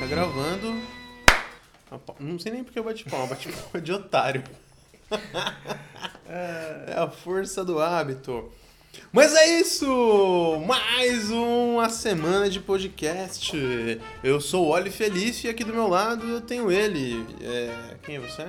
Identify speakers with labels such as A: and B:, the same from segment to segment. A: Tá gravando. Não sei nem porque eu bati palma, bati palma de otário. É a força do hábito. Mas é isso! Mais uma semana de podcast. Eu sou o Oli Feliz e aqui do meu lado eu tenho ele. É, Quem é você?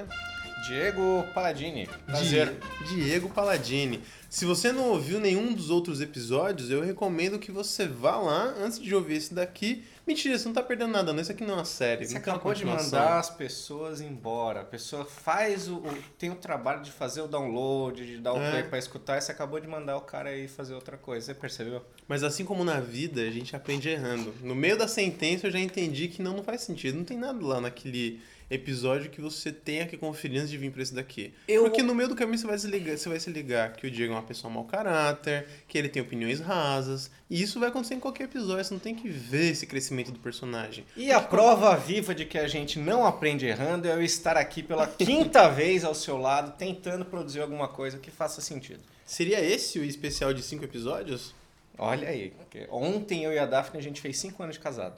B: Diego Paladini. Prazer.
A: Die- Diego Paladini. Se você não ouviu nenhum dos outros episódios, eu recomendo que você vá lá antes de ouvir esse daqui. Mentira, você não tá perdendo nada, não. Isso aqui não é uma série.
B: Você
A: não tem uma
B: acabou de
A: continuação.
B: mandar as pessoas embora. A pessoa faz o. o- tem o trabalho de fazer o download, de dar o
A: É.
B: play pra escutar, e você acabou de mandar o cara aí fazer outra coisa. Você percebeu?
A: Mas assim como na vida, a gente aprende errando. No meio da sentença eu já entendi que não, não faz sentido. Não tem nada lá naquele episódio que você tenha que conferir antes de vir pra esse daqui.
B: Eu-
A: Porque no meio do caminho você vai, se ligar, você vai se ligar que o Diego é uma pessoa mau caráter, que ele tem opiniões rasas. E isso vai acontecer em qualquer episódio, você não tem que ver esse crescimento do personagem.
B: E a prova viva de que a gente não aprende errando é eu estar aqui pela quinta vez ao seu lado, tentando produzir alguma coisa que faça sentido.
A: Seria esse o especial de cinco episódios?
B: Olha aí, porque ontem eu e a Daphne a gente fez cinco anos de casado.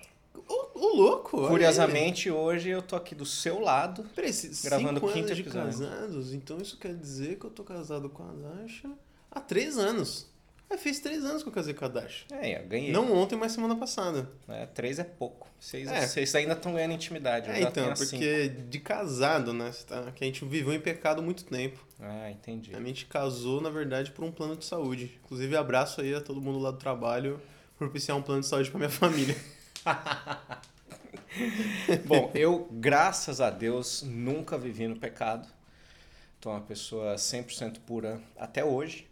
A: Ô, ô, louco! olha ele.
B: Curiosamente, hoje eu tô aqui do seu lado.
A: Peraí, se-
B: Gravando
A: cinco
B: o quinto
A: anos de
B: episódio.
A: casados, então isso quer dizer que eu tô casado com a Dasha há três anos. É, fez três anos que eu casei com a Dasha.
B: É, eu ganhei.
A: Não ontem, mas semana passada.
B: né? Três é pouco. Seis,
A: É.
B: Vocês ainda estão ganhando intimidade. eu
A: É,
B: já
A: então,
B: tenho
A: porque
B: cinco.
A: de casado, né? você tá- Que a gente viveu em pecado há muito tempo.
B: Ah, entendi.
A: A gente casou, na verdade, por um plano de saúde. Inclusive, abraço aí a todo mundo lá do trabalho por propiciar um plano de saúde pra minha família.
B: Bom, eu, graças a Deus, nunca vivi no pecado. Tô uma pessoa 100% pura até hoje.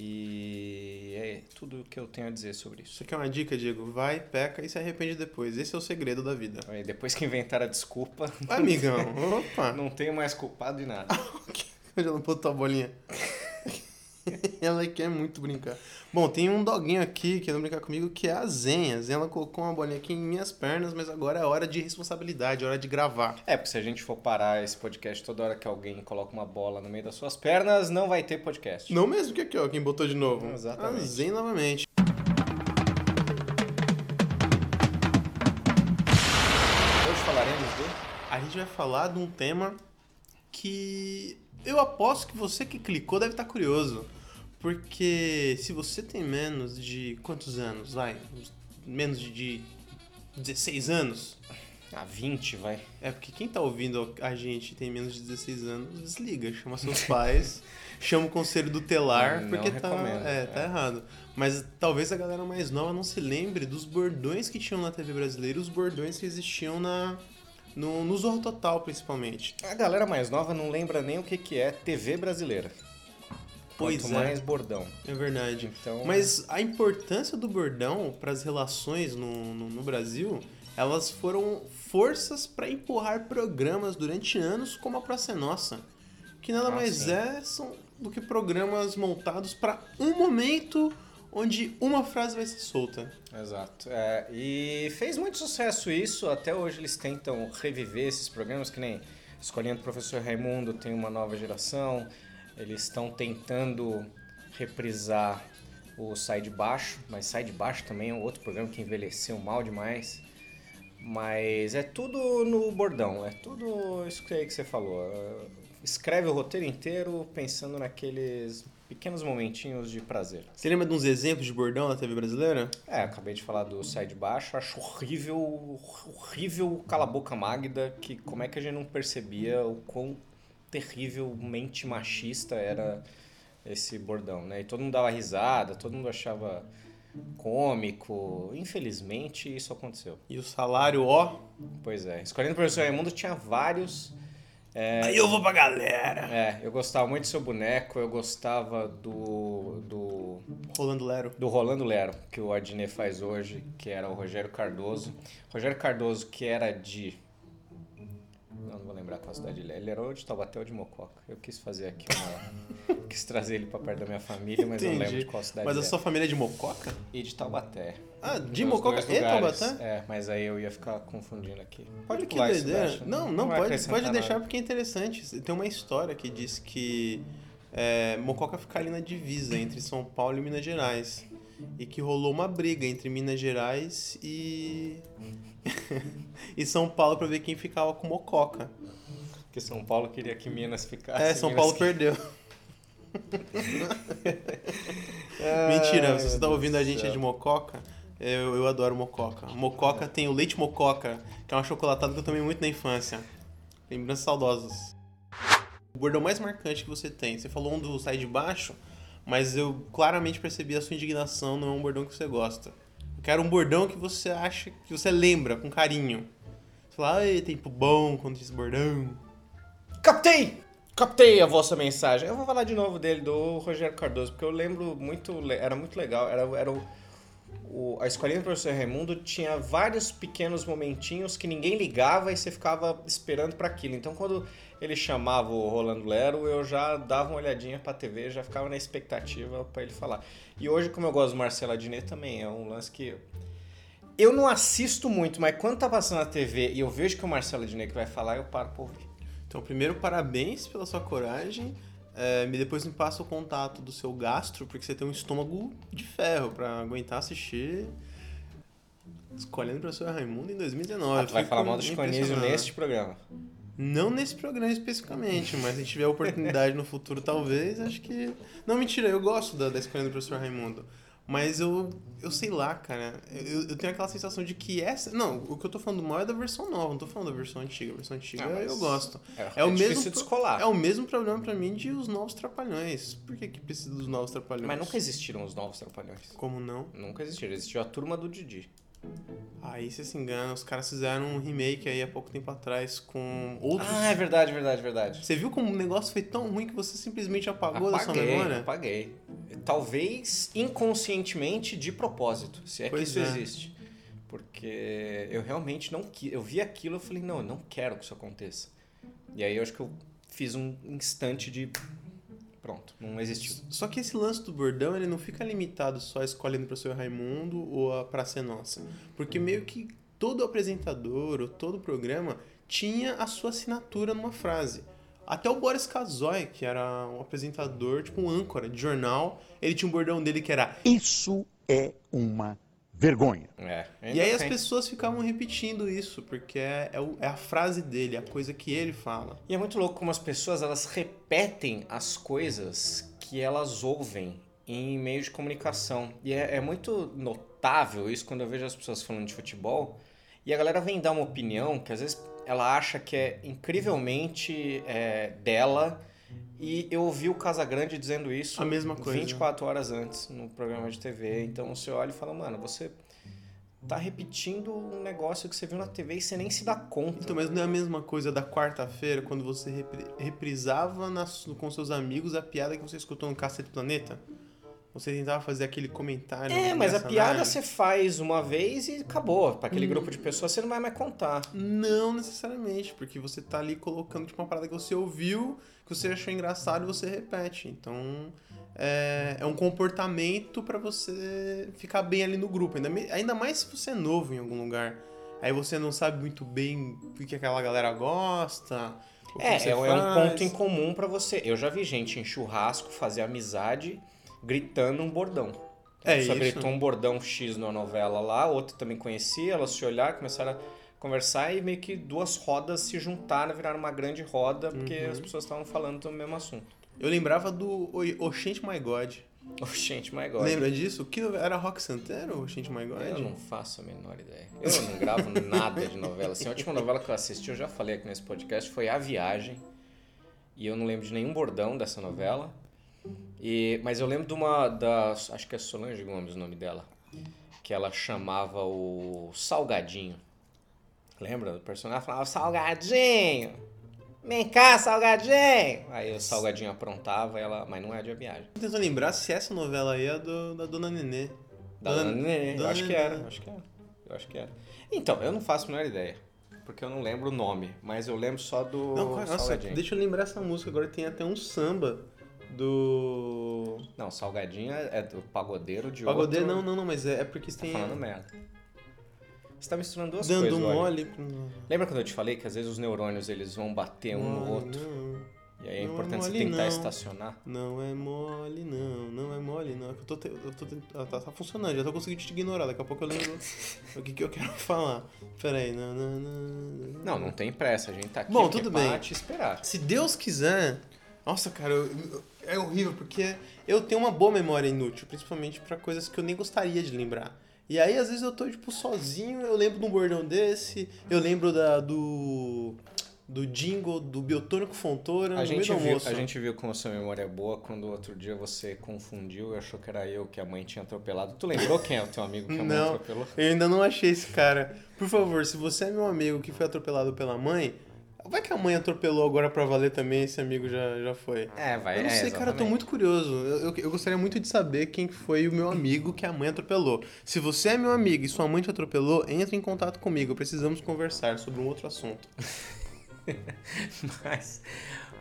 B: E é tudo o que eu tenho a dizer sobre isso.
A: Isso aqui é uma dica, Diego. Vai, peca e se arrepende depois. Esse é o segredo da vida.
B: Aí, depois que inventaram a desculpa,
A: Amigão, opa!
B: não tenho mais culpado de nada.
A: Onde ela botou a bolinha? ela quer muito brincar. Bom, tem um doguinho aqui querendo brincar comigo que é a Zen. A Zen ela colocou uma bolinha aqui em minhas pernas, mas agora é hora de responsabilidade, é hora de gravar.
B: É, porque se a gente for parar esse podcast toda hora que alguém coloca uma bola no meio das suas pernas, não vai ter podcast.
A: Não mesmo que aqui, ó, quem botou de novo.
B: Exatamente.
A: A Zen novamente.
B: Hoje falaremos de...
A: A gente vai falar de um tema que eu aposto que você que clicou deve estar curioso. Porque se você tem menos de quantos anos, vai? Uns- Menos de 16 anos,
B: Ah, 20, vai.
A: É porque quem tá ouvindo a gente e tem menos de 16 anos, desliga, chama seus pais, chama o conselho do telar,
B: Não
A: porque tá,
B: recomendo,
A: é, tá
B: é.
A: errado. Mas talvez a galera mais nova não se lembre dos bordões que tinham na TV brasileira, e os bordões que existiam na no, no Zorro Total, principalmente.
B: A galera mais nova não lembra nem o que, que é TV brasileira.
A: Pois
B: Quanto
A: é.
B: mais bordão.
A: É verdade.
B: Então,
A: Mas a importância do bordão para as relações no, no, no Brasil, elas foram forças para empurrar programas durante anos como a Praça é Nossa, que nada
B: Ah,
A: mais
B: sim.
A: é são do que programas montados para um momento onde uma frase vai ser solta.
B: Exato. É, e fez muito sucesso isso. Até hoje eles tentam reviver esses programas, que nem Escolhendo o Professor Raimundo, tem uma nova geração. Eles estão tentando reprisar o Sai de Baixo, mas Sai de Baixo também é um outro programa que envelheceu mal demais. Mas é tudo no bordão, é tudo isso que aí que você falou. É, Escreve o roteiro inteiro pensando naqueles pequenos momentinhos de prazer.
A: Você lembra de uns exemplos de bordão na TV brasileira?
B: É, acabei de falar do Sai de Baixo, acho horrível, horrível Cala a Boca Magda, que como é que a gente não percebia o quão terrivelmente machista era esse bordão, né? E todo mundo dava risada, todo mundo achava cômico, infelizmente isso aconteceu.
A: E o salário, ó.
B: Pois é, Escolhendo o Professor Raimundo tinha vários...
A: Aí eu vou pra galera.
B: É, eu gostava muito do Seu Boneco, eu gostava do... do
A: Rolando Lero.
B: do Rolando Lero, que o Adnet faz hoje, que era o Rogério Cardoso. Rogério Cardoso, que era de. Não, não vou lembrar qual cidade ele é. Ele era ou de Taubaté ou de Mococa. Eu quis fazer aqui uma. quis trazer ele pra perto da minha família, mas não
A: Entendi.
B: lembro de qual cidade
A: Mas a
B: ele
A: sua família é de Mococa?
B: é. E de Taubaté.
A: Ah, de
B: Nos
A: Mococa
B: dois
A: e
B: lugares.
A: Taubaté?
B: É, mas aí eu ia ficar confundindo aqui.
A: Olha que
B: pular né? isso,
A: doideira.
B: Dacha.
A: Não, não,
B: vai
A: pode,
B: acrescentar
A: pode deixar
B: nada.
A: porque é interessante. Tem uma história que diz que é, Mococa fica ali na divisa entre São Paulo e Minas Gerais. e que rolou uma briga entre Minas Gerais e e São Paulo pra ver quem ficava com Mococa.
B: Porque São Paulo queria que Minas ficasse.
A: É, São
B: Minas
A: Paulo
B: Ah, que-
A: perdeu.
B: Ai,
A: Mentira, se
B: meu
A: você tá
B: Deus
A: ouvindo a
B: do
A: gente é
B: céu.
A: de Mococa, eu, eu adoro Mococa. Mococa tem o leite Mococa, que é uma chocolatada que eu tomei muito na infância. Lembranças saudosas. O bordão mais marcante que você tem, você falou um do sai de baixo, mas eu claramente percebi a sua indignação, não é um bordão que você gosta. Eu quero um bordão que você acha, que você lembra, com carinho. Você fala, ai, tempo bom quando diz bordão.
B: Captei! Captei a vossa mensagem. Eu vou falar de novo dele, do Rogério Cardoso, porque eu lembro muito. le- Era muito legal. Era, era o, o- a escolinha do professor Raimundo tinha vários pequenos momentinhos que ninguém ligava e você ficava esperando pra aquilo. Então, quando ele chamava o Rolando Lero, eu já dava uma olhadinha pra TV, já ficava na expectativa pra ele falar. E hoje, como eu gosto do Marcelo Adnet, também é um lance que eu não assisto muito, mas quando tá passando na TV e eu vejo que é o Marcelo Adnet que vai falar, eu paro pra ouvir.
A: Então, primeiro, parabéns pela sua coragem. É, me depois me passa o contato do seu gastro, porque você tem um estômago de ferro pra aguentar assistir. Escolhendo o professor Raimundo em 2019.
B: Ah, tu vai
A: Fico
B: falar mal do Chico Anísio
A: impressionado.
B: neste programa.
A: Não nesse programa especificamente, mas se tiver oportunidade no futuro, talvez, acho que. Não, mentira, eu gosto da, da escolha do professor Raimundo. Mas eu, eu sei lá, cara. Eu, eu tenho aquela sensação de que essa. Não, o que eu tô falando mal é da versão nova, não tô falando da versão antiga. A versão antiga
B: Ah, mas-
A: eu gosto.
B: É,
A: É o
B: difícil
A: mesmo-
B: descolar.
A: É o mesmo problema pra mim de os novos trapalhões. Por que, que precisa dos novos trapalhões?
B: Mas nunca existiram os novos trapalhões.
A: Como não?
B: Nunca existiram. Existiu a turma do Didi.
A: Aí você se engana, os caras fizeram um remake aí há pouco tempo atrás com outros.
B: Ah, é verdade, verdade, verdade.
A: Você viu como o negócio foi tão ruim que você simplesmente apagou da sua
B: Apaguei,
A: memória?
B: apaguei. Talvez inconscientemente de propósito, se é
A: Pois
B: que isso
A: é.
B: existe. Porque eu realmente não quis. Eu vi aquilo e falei, não, eu não quero que isso aconteça. E aí eu acho que eu fiz um instante de. Pronto, não existiu.
A: Só que esse lance do bordão, ele não fica limitado só a escolhendo para o seu Raimundo ou a Pra Ser Nossa. Porque meio que todo apresentador ou todo programa tinha a sua assinatura numa frase. Até o Boris Kazoy, que era um apresentador, tipo um âncora de jornal, ele tinha um bordão dele que era
C: Isso é uma vergonha.
B: É,
A: e
B: ainda
A: aí as
B: tem.
A: pessoas ficavam repetindo isso, porque é, é o- é a frase dele, é a coisa que ele fala.
B: E é muito louco como as pessoas elas repetem as coisas que elas ouvem em meio de comunicação. E é, é muito notável isso quando eu vejo as pessoas falando de futebol e a galera vem dar uma opinião que às vezes ela acha que é incrivelmente é, dela. E eu ouvi o Casagrande dizendo isso
A: A mesma coisa. né?
B: 24 horas antes no programa de TV. Então você olha e fala, mano, você tá repetindo um negócio que você viu na TV e você nem se dá conta.
A: Então, mas não é a mesma coisa da quarta-feira, quando você repri- reprisava na su- com seus amigos a piada que você escutou no Cacete Planeta? Você tentava fazer aquele comentário.
B: É, mas a
A: engraçadalho.
B: piada você faz uma vez e acabou. Pra
A: Uhum.
B: aquele grupo de pessoas você não vai mais contar.
A: Não necessariamente, porque você tá ali colocando tipo, uma parada que você ouviu, que você achou engraçado e você repete. Então, é, é um comportamento pra você ficar bem ali no grupo. Ainda, me- ainda mais se você é novo em algum lugar. Aí você não sabe muito bem o que aquela galera gosta. o que
B: É,
A: você
B: é, é um
A: faz.
B: ponto em comum pra você. Eu já vi gente em churrasco fazer amizade gritando um bordão.
A: É
B: Só
A: isso.
B: gritou um bordão X numa novela lá, outra também conhecia, elas se olharam, começaram a conversar e meio que duas rodas se juntaram, viraram uma grande roda, porque
A: Uhum.
B: as pessoas estavam falando do mesmo assunto.
A: Eu lembrava do Oi- Oxente My God.
B: Oh, gente, my God.
A: Lembra disso? Que novela- era Rock Santero, Oxente My God?
B: Eu não faço a menor ideia. Eu não gravo nada de novela. Assim, a última novela que eu assisti, eu já falei aqui nesse podcast, foi A Viagem. E eu não lembro de nenhum bordão dessa novela. E, mas eu lembro de uma da. Acho que é Solange Gomes o nome dela. Que ela chamava o Salgadinho. Lembra do personagem? Ela falava, Salgadinho! Vem cá, Salgadinho! Aí o Salgadinho aprontava, ela. Mas não é de A Viagem.
A: Tô tentando lembrar se essa novela aí é do- da Dona Nenê.
B: Da
A: Dona-
B: Nenê, eu
A: Dona
B: acho que
A: Nenê.
B: era, eu acho que era. Eu acho que era. Então, eu não faço a menor ideia. Porque eu não lembro o nome, mas eu lembro só do
A: Não, cara, nossa,
B: Salgadinho.
A: deixa eu lembrar essa música. Agora tem até um samba do.
B: Não, Salgadinho é é do pagodeiro de
A: Pagodeiro,
B: outro...
A: não, não, não, mas é, é porque
B: Tá
A: tem.
B: falando merda. Você tá misturando duas
A: Dando
B: coisas,
A: um
B: olha.
A: mole.
B: Lembra quando eu te falei que às vezes os neurônios eles vão bater um no outro?
A: Não.
B: E aí é
A: Não é
B: importante você
A: mole,
B: tentar
A: não.
B: estacionar.
A: Não é mole, não, não é mole, não. É que Eu tô, te- eu tô te- ah, tá, tá funcionando, já tô conseguindo te ignorar, daqui a pouco eu lembro o que, que eu quero falar. Pera aí, não, não, não, não.
B: Não, não tem pressa, a gente tá aqui
A: Bom,
B: que é
A: tudo
B: pra
A: bem.
B: te esperar.
A: Se Deus quiser. Nossa, cara, eu- eu- é horrível, porque eu tenho uma boa memória inútil, principalmente pra coisas que eu nem gostaria de lembrar. E aí, às vezes, eu tô, tipo, sozinho, eu lembro de um bordão desse, eu lembro da, do. do jingle, do biotônico Fontoura, no
B: A
A: meio
B: gente,
A: do
B: viu,
A: almoço.
B: a gente viu como a sua memória é boa quando outro dia você confundiu e achou que era eu que a mãe tinha atropelado. Tu lembrou quem é o teu amigo que a mãe
A: Não.
B: atropelou?
A: Eu ainda não achei esse cara. Por favor, se você é meu amigo que foi atropelado pela mãe, vai que a mãe atropelou agora pra valer também, esse amigo já, já foi.
B: É, vai.
A: Eu não
B: é,
A: sei, cara, eu tô
B: exatamente.
A: muito curioso. Eu, eu- eu gostaria muito de saber quem que foi o meu amigo que a mãe atropelou. Se você é meu amigo e sua mãe te atropelou, entre em contato comigo. Precisamos conversar sobre um outro assunto.
B: Mas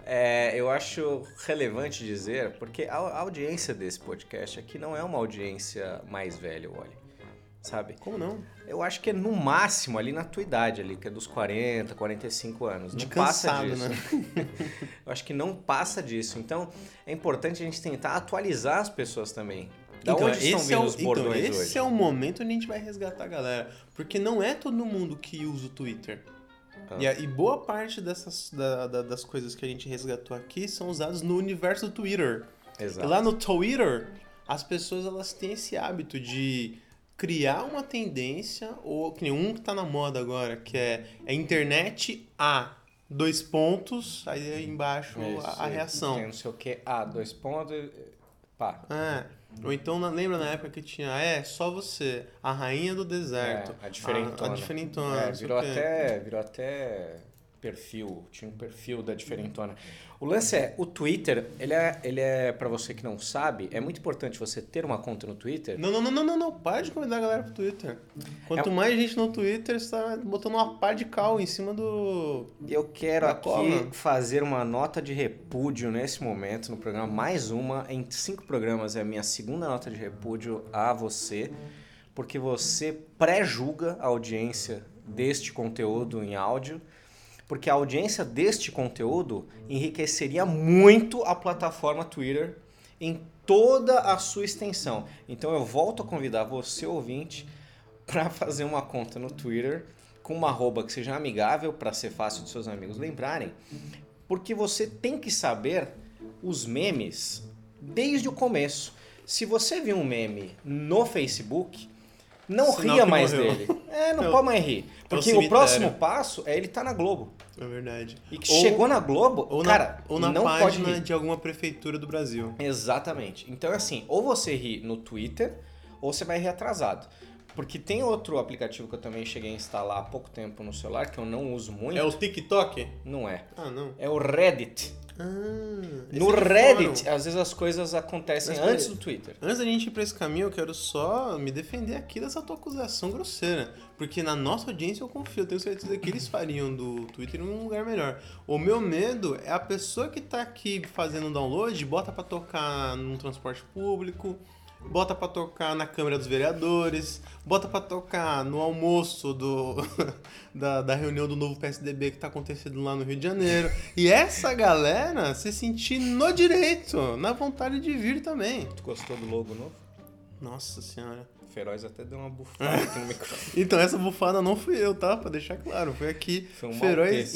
B: é, eu acho relevante dizer, porque a, a audiência desse podcast aqui não é uma audiência mais velha, olha. Sabe?
A: Como não?
B: Eu acho que é no máximo ali na tua idade, ali, que é dos 40, 45 anos. Não
A: De
B: passa
A: cansado, né?
B: disso. eu acho que não passa disso. Então, é importante a gente tentar atualizar as pessoas também. Da
A: então,
B: onde estão
A: esse é
B: vindo
A: o,
B: os bordões
A: então, esse
B: hoje?
A: é o momento onde a gente vai resgatar a galera. Porque não é todo mundo que usa o Twitter.
B: Ah.
A: E, a- e boa parte dessas da- da- das coisas que a gente resgatou aqui são usadas no universo do Twitter.
B: Exato.
A: é Lá no Twitter, as pessoas elas têm esse hábito de criar uma tendência, ou que nem um que tá na moda agora, que é, é internet A, dois pontos, aí é embaixo
B: Isso,
A: a, a reação.
B: Tem não sei o que. Ah, dois pontos. eh, Pá.
A: É. Ou então, na- lembra na época que tinha, é, só você, a rainha do deserto.
B: É, a diferentona.
A: A, a diferentona.
B: É,
A: não sei
B: virou
A: o quê.
B: até, virou até perfil, tinha um perfil da diferentona. O lance é, o Twitter, ele é, ele é para você que não sabe, é muito importante você ter uma conta no Twitter.
A: Não, não, não, não, não, não, para de convidar a galera pro Twitter. Quanto
B: É
A: mais gente no Twitter, você tá botando uma pá de cal em cima do.
B: Eu quero
A: Da
B: aqui
A: cola.
B: fazer uma nota de repúdio nesse momento no programa, mais uma em cinco programas é a minha segunda nota de repúdio a você, porque você pré-julga a audiência deste conteúdo em áudio, porque a audiência deste conteúdo enriqueceria muito a plataforma Twitter em toda a sua extensão. Então eu volto a convidar você ouvinte para fazer uma conta no Twitter com uma arroba que seja amigável para ser fácil de seus amigos lembrarem, porque você tem que saber os memes desde o começo. Se você viu um meme no Facebook, não
A: Sinal
B: ria
A: que
B: mais
A: morreu.
B: dele. É, não
A: É o-
B: pode mais rir. Porque o
A: cemitério.
B: próximo passo é ele tá na Globo.
A: É verdade.
B: E que
A: Ou-
B: chegou na Globo,
A: Ou na,
B: cara,
A: ou na
B: não pode
A: página
B: rir.
A: de alguma prefeitura do Brasil.
B: Exatamente. Então, é assim, ou você ri no Twitter, ou você vai rir atrasado. Porque tem outro aplicativo que eu também cheguei a instalar há pouco tempo no celular, que eu não uso muito.
A: É o TikTok?
B: Não é.
A: Ah, não.
B: É o Reddit.
A: Ah, esse
B: no
A: é de
B: Reddit,
A: fórum.
B: às vezes as coisas acontecem
A: Mas peraí.
B: antes do Twitter.
A: Antes da gente ir pra esse caminho, eu quero só me defender aqui dessa tua acusação grosseira. Porque na nossa audiência eu confio, eu tenho certeza que eles fariam do Twitter um lugar melhor. O meu medo é a pessoa que tá aqui fazendo um download, bota pra tocar num transporte público, bota pra tocar na Câmara dos Vereadores, bota pra tocar no almoço do, da, da reunião do novo PSDB que tá acontecendo lá no Rio de Janeiro. E essa galera se sentir no direito, na vontade de vir também.
B: Tu gostou do logo novo?
A: Nossa senhora.
B: O Feroz até deu uma bufada aqui no microfone.
A: Então, essa bufada não fui eu, tá? Pra deixar claro. Foi aqui.
B: Foi um
A: feroz
B: maltês.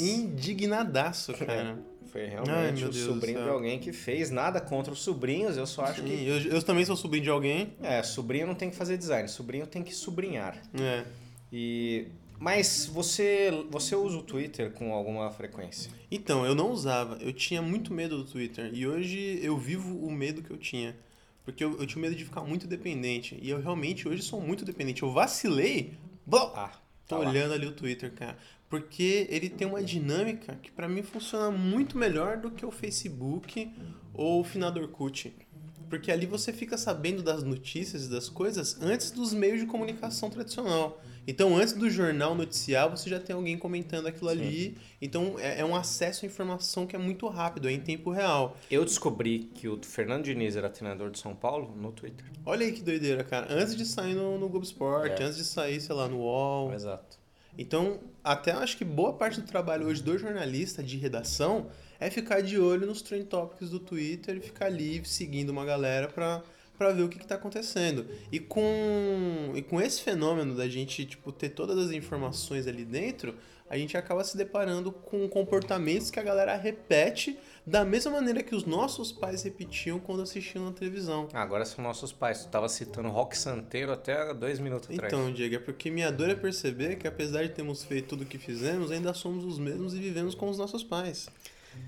A: indignadaço, cara.
B: Foi
A: Ai,
B: realmente
A: meu
B: o
A: Deus do
B: sobrinho
A: céu.
B: de alguém que fez. Nada contra os sobrinhos, eu só acho que.
A: Sim, eu, eu também sou sobrinho de alguém.
B: É, sobrinho não tem que fazer design, sobrinho tem que sobrinhar.
A: É.
B: E mas você você usa o Twitter com alguma frequência?
A: Então, eu não usava. Eu tinha muito medo do Twitter. E hoje eu vivo o medo que eu tinha. Porque eu, eu tinha medo de ficar muito dependente. E eu realmente hoje sou muito dependente. Eu vacilei. Blau!
B: Ah,
A: Tô
B: lá.
A: olhando ali o Twitter, cara. Porque ele tem uma dinâmica que pra mim funciona muito melhor do que o Facebook ou o Finador Orkut. Porque ali você fica sabendo das notícias e das coisas antes dos meios de comunicação tradicional. Então, antes do jornal noticiar, você já tem alguém comentando aquilo ali. Então, é, é um acesso à informação que é muito rápido, é em tempo real.
B: Eu descobri que o Fernando Diniz era treinador de São Paulo no Twitter.
A: Olha aí que doideira, cara. Antes de sair no, no Globo Esporte,
B: É.
A: antes de sair, sei lá, no UOL.
B: Exato.
A: Então, até acho que boa parte do trabalho hoje do jornalista de redação é ficar de olho nos trend topics do Twitter e ficar ali seguindo uma galera pra, pra ver o que, que tá acontecendo. E com, e com esse fenômeno da gente tipo, ter todas as informações ali dentro, a gente acaba se deparando com comportamentos que a galera repete da mesma maneira que os nossos pais repetiam quando assistiam na televisão.
B: Ah, Agora são nossos pais. Tu tava citando rock santeiro até dois minutos atrás.
A: Então, Diego, é porque minha dor é perceber que apesar de termos feito tudo o que fizemos, ainda somos os mesmos e vivemos com os nossos pais.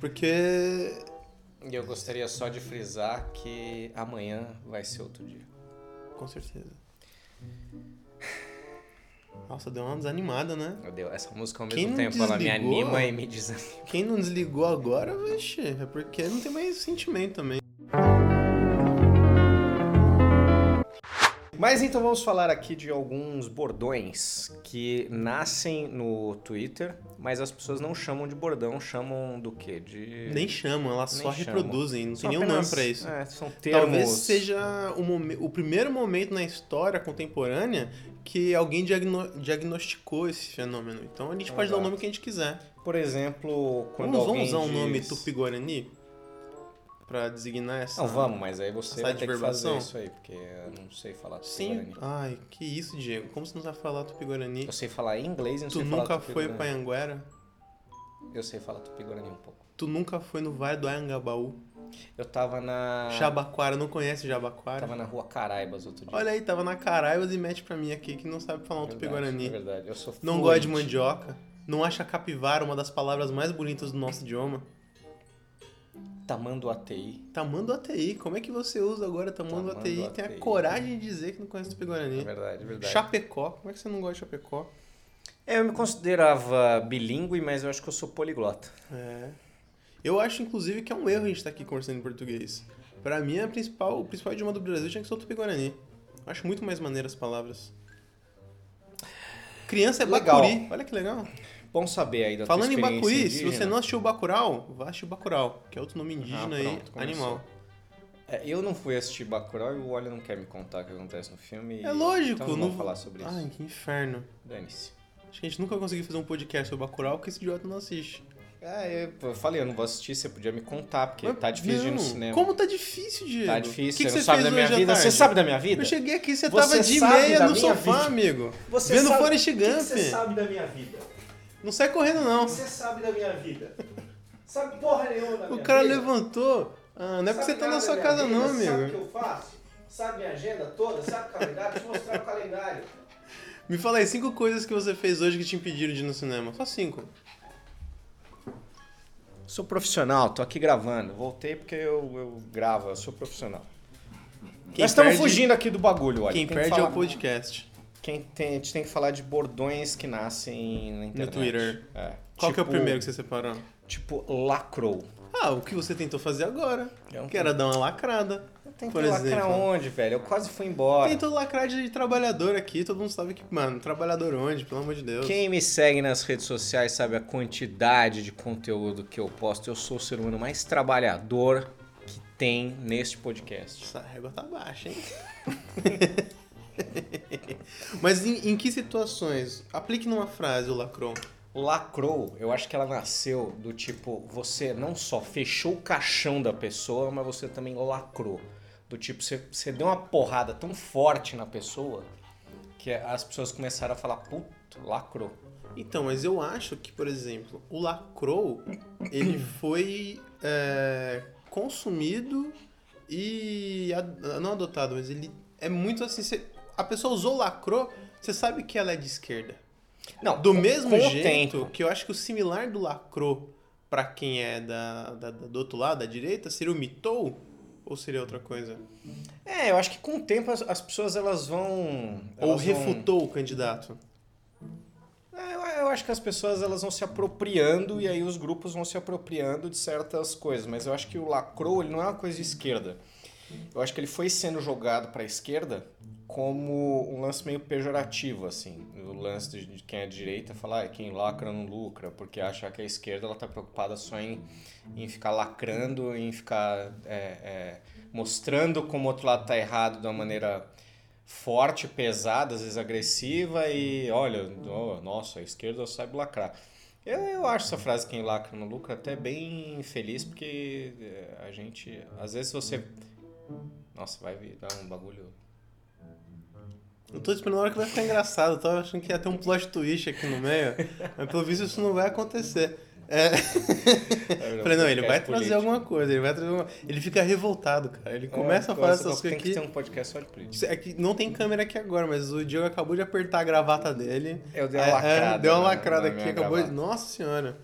A: Porque
B: E eu gostaria só de frisar que amanhã vai ser outro dia.
A: Com certeza. Nossa, deu uma desanimada, né?
B: Meu Deus, essa música ao
A: Quem
B: mesmo
A: não
B: tempo ela me
A: desligou?
B: anima e me desanima.
A: Quem não desligou agora, vixe, é porque não tem mais sentimento também.
B: Mas então vamos falar aqui de alguns bordões que nascem no Twitter, mas as pessoas não chamam de bordão, chamam do quê? De.
A: Nem chamam, elas
B: É. Nem
A: só
B: chamam.
A: reproduzem, não
B: São
A: tem nenhum
B: apenas-
A: nome pra isso.
B: É, são termos.
A: Talvez seja o, momen- o primeiro momento na história contemporânea que alguém diagno- diagnosticou esse fenômeno. Então a gente pode dar o
B: Exato.
A: nome que a gente quiser.
B: Por exemplo, quando
A: vamos,
B: alguém
A: vamos usar o
B: diz...
A: nome Tupi-Guarani pra designar essa.
B: Não, vamos, mas aí você
A: Essa
B: vai ter que fazer
A: adverbação?
B: isso aí, porque eu não sei falar
A: Sim.
B: tupi-guarani.
A: Ai, que isso, Diego. Como você não sabe falar Tupi-Guarani?
B: Eu sei falar em inglês e não
A: Tu
B: sei falar
A: nunca foi
B: tupi-guarani.
A: pra Anguera?
B: Eu sei falar tupi-guarani um pouco.
A: Tu nunca foi no Vale do Ayangabaú?
B: Eu tava na...
A: Jabaquara, não conhece Jabaquara?
B: Ah. Tava na rua Caraibas outro dia.
A: Olha aí, tava na Caraibas e mete pra mim aqui que não sabe falar um
B: Verdade,
A: tupi-guarani.
B: É verdade, eu sou
A: não
B: fluente.
A: gosta de mandioca. Não acha capivara uma das palavras mais bonitas do nosso idioma?
B: Tamando ATI.
A: Tamando ATI, como é que você usa agora Tamando,
B: Tamando
A: ATI? Tem
B: ATI.
A: a coragem de dizer que não conhece tupi-guarani.
B: É verdade, é verdade.
A: Chapecó, como é que você não gosta de Chapecó?
B: É, Eu me considerava bilíngue, mas eu acho que eu sou poliglota.
A: É. Eu acho, inclusive, que é um erro a gente estar aqui conversando em português. Pra mim, a principal, o principal idioma do Brasil tinha que ser o tupi-guarani. Eu Acho muito mais maneiro as palavras. Criança é
B: Legal.
A: bacuri. Olha que legal.
B: Bom saber aí da tua
A: Falando em
B: experiência
A: bacuri, se
B: indígena.
A: você não assistiu o Bacurau, vá assistir o Bacurau, que é outro nome indígena
B: Ah,
A: aí,
B: pronto, começou.
A: animal.
B: É, eu não fui assistir Bacurau e o Olha não quer me contar o que acontece no filme.
A: É lógico,
B: Então não
A: não
B: vou
A: vou-
B: falar sobre isso.
A: Ai, que inferno.
B: Dane-se.
A: Acho que a gente nunca conseguiu fazer um podcast sobre Bacurau porque esse idiota não assiste.
B: Ah, eu, eu falei, eu não vou assistir, você podia me contar, porque tá difícil de ir no
A: Não,
B: cinema.
A: Como tá difícil, Diego?
B: Tá
A: O
B: difícil,
A: que
B: você
A: que
B: não sabe
A: fez
B: da minha
A: hoje à
B: vida? Você
A: tarde?
B: sabe da minha vida?
A: Eu cheguei aqui, você,
B: Você
A: tava de
B: sabe da
A: meia no
B: minha
A: sofá,
B: vida?
A: amigo. vendo
B: sabe-
A: Forrest
B: o que que
A: Gump.
B: Você sabe da minha vida.
A: Não sai correndo, não.
B: Você sabe da minha vida. Sabe porra nenhuma da
A: O
B: minha
A: cara
B: vida.
A: levantou. Ah, não é porque
B: Sabe
A: você tá na
B: nada
A: sua
B: da
A: casa,
B: minha
A: não,
B: vida, Sabe o que
A: amigo.
B: eu faço? Sabe minha agenda toda? Sabe o calendário? Deixa eu mostrar o calendário.
A: Me fala aí, cinco coisas que você fez hoje que te impediram de ir no cinema. Só cinco.
B: Sou profissional, tô aqui gravando. Voltei porque eu, eu gravo, eu sou profissional. Nós estamos
A: perde-
B: fugindo aqui do bagulho, olha.
A: Quem
B: Tem que
A: perde é
B: falar-
A: o podcast.
B: Quem tem, a gente tem que falar de bordões que nascem na internet.
A: Twitter.
B: É.
A: Qual que é o
B: Tipo-
A: primeiro que você separou?
B: Tipo, lacrou.
A: Ah, o que você tentou fazer agora.
B: É um-
A: Que era dar uma lacrada.
B: Tem que
A: por
B: lacrar
A: exemplo.
B: onde, velho? Eu quase fui embora.
A: Tentou lacrar de trabalhador aqui, todo mundo sabe que, mano, trabalhador onde, pelo amor de Deus.
B: Quem me segue nas redes sociais sabe a quantidade de conteúdo que eu posto. Eu sou o ser humano mais trabalhador que tem neste podcast.
A: Essa régua tá baixa, hein? Mas em, em que situações? Aplique numa frase o lacrou.
B: Lacrou, eu acho que ela nasceu do tipo, você não só fechou o caixão da pessoa, mas você também lacrou. Do tipo, você, você deu uma porrada tão forte na pessoa que as pessoas começaram a falar, puto, lacrou.
A: Então, mas eu acho que, por exemplo, o lacrou, ele foi é, consumido e ad- não adotado, mas ele é muito assim, você- a pessoa usou lacrou, você sabe que ela é de esquerda.
B: Não,
A: Do
B: com-
A: mesmo
B: com o
A: jeito
B: tempo.
A: que eu acho que o similar do lacrou pra quem é da, da- da- do outro lado, da direita, seria o mitou ou seria outra coisa?
B: É, eu acho que com o tempo as, as pessoas elas vão...
A: ou
B: elas vão-
A: refutou o candidato?
B: É, Eu, eu acho que as pessoas elas vão se apropriando e aí os grupos vão se apropriando de certas coisas, mas eu acho que o lacrou ele não é uma coisa de esquerda. Eu acho que ele foi sendo jogado para a esquerda como um lance meio pejorativo, assim. O lance de, de quem é de direita falar ah, quem lacra não lucra, porque achar que a esquerda ela tá preocupada só em, em ficar lacrando, em ficar é, é, mostrando como o outro lado tá errado de uma maneira forte, pesada, às vezes agressiva e olha, ó, nossa, a esquerda sabe lacrar. Eu, eu acho essa frase quem lacra no lucro até bem feliz, porque é, a gente. Às vezes você. Nossa, vai vir dar um bagulho.
A: Eu tô esperando a hora que vai ficar engraçado, eu tava achando que ia ter um plot twist aqui no meio, mas pelo visto isso não vai acontecer. É, falei, não, ele vai trazer
B: Podcast político.
A: alguma coisa, ele vai trazer alguma... Ele fica revoltado, cara, ele começa a
B: É,
A: falar
B: nossa,
A: essas coisas
B: Tem que
A: aqui...
B: ter um podcast só de política.
A: É que não tem câmera aqui agora, mas o Diogo acabou de apertar a gravata dele.
B: Eu dei uma
A: É, é,
B: lacrada
A: deu uma
B: na-
A: lacrada
B: na
A: aqui,
B: minha
A: acabou de...
B: gravata.
A: Nossa senhora.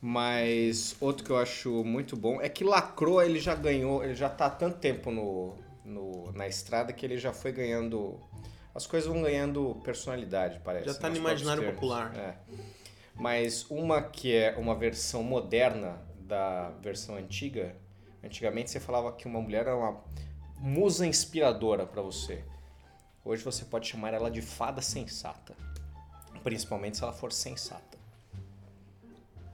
B: Mas outro que eu acho muito bom é que Lacroa ele já ganhou, ele já tá há tanto tempo no, no- na estrada que ele já foi ganhando. As coisas vão ganhando personalidade, parece.
A: Já tá no
B: nos
A: imaginário
B: próprios
A: popular.
B: É. Mas uma que é uma versão moderna da versão antiga, antigamente você falava que uma mulher era uma musa inspiradora pra você. Hoje você pode chamar ela de fada sensata. Principalmente se ela for sensata.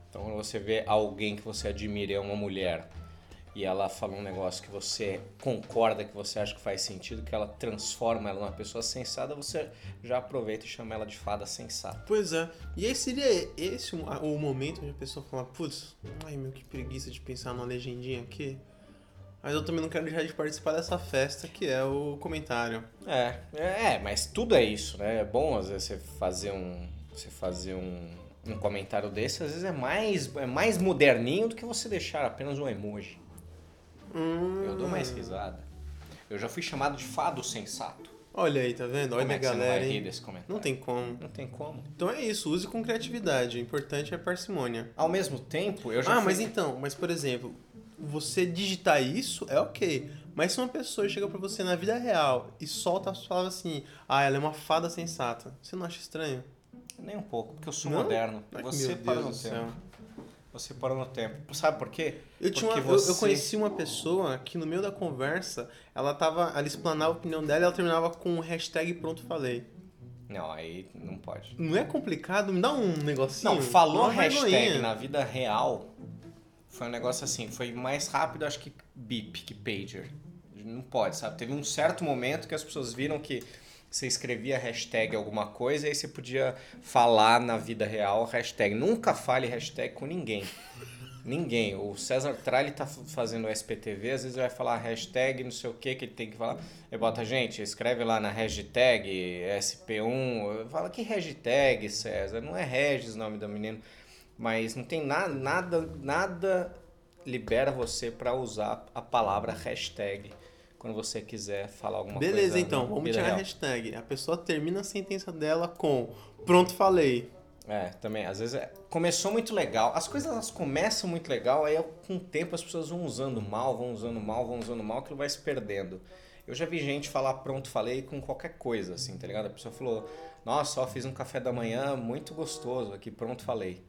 B: Então quando você vê alguém que você admira, é uma mulher, e ela fala um negócio que você concorda, que você acha que faz sentido, que ela transforma ela numa pessoa sensata, você já aproveita e chama ela de fada sensata.
A: Pois é. E aí seria esse o o momento onde a pessoa fala, putz, ai meu, que preguiça de pensar numa legendinha aqui. Mas eu também não quero deixar de participar dessa festa que é o comentário.
B: É, é, mas tudo é isso, né? É bom às vezes você fazer um, você fazer um, um comentário desse, às vezes é mais, é mais moderninho do que você deixar apenas um emoji.
A: Hum,
B: Eu dou mais risada. Eu já fui chamado de fado sensato.
A: Olha aí, tá vendo? Olha
B: como é
A: a
B: que você não
A: galera,
B: vai rir
A: hein?
B: desse comentário?
A: Não tem como.
B: Não tem como.
A: Então é isso, use com criatividade. O importante é parcimônia.
B: Ao mesmo tempo, eu já
A: Ah,
B: fui-
A: mas então, mas por exemplo, você digitar isso é ok. Mas se uma pessoa chega pra você na vida real e solta as palavras assim, ah, ela é uma fada sensata, você não acha estranho?
B: Nem um pouco, porque eu sou
A: Não?
B: moderno.
A: Ai,
B: Você
A: meu
B: parou
A: Deus
B: no
A: do
B: tempo.
A: céu.
B: Você parou no tempo. Sabe por quê?
A: Eu, tinha uma,
B: Porque
A: eu- eu,
B: você-
A: conheci uma pessoa que no meio da conversa, ela tava. Ela explanava a opinião dela e ela terminava com um hashtag pronto falei.
B: Não, aí não pode.
A: Não é complicado? Me dá um negocinho.
B: Não, falou
A: uma
B: hashtag
A: vergonhinha.
B: na vida real. Foi um negócio assim, foi mais rápido, acho que bip, que pager. Não pode, sabe? Teve um certo momento que as pessoas viram que você escrevia hashtag alguma coisa e aí você podia falar na vida real hashtag. Nunca fale hashtag com ninguém. Ninguém. O César Tralli tá f- fazendo o SPTV, às vezes vai falar hashtag, não sei o que que ele tem que falar. Aí bota, gente, escreve lá na hashtag SP1. Fala que hashtag, César. Não é Regis o nome do menino. Mas não tem nada, nada, nada libera você para usar a palavra hashtag quando você quiser falar alguma coisa. né?
A: Beleza, então,
B: na
A: vamos
B: vida
A: tirar a
B: real.
A: hashtag. A pessoa termina a sentença dela com pronto falei.
B: É, também, às vezes é- começou muito legal. As coisas elas começam muito legal, aí com o tempo as pessoas vão usando mal, vão usando mal, vão usando mal, aquilo vai se perdendo. Eu já vi gente falar pronto, falei com qualquer coisa, assim, tá ligado? A pessoa falou, nossa, ó, fiz um café da manhã muito gostoso aqui, pronto, falei.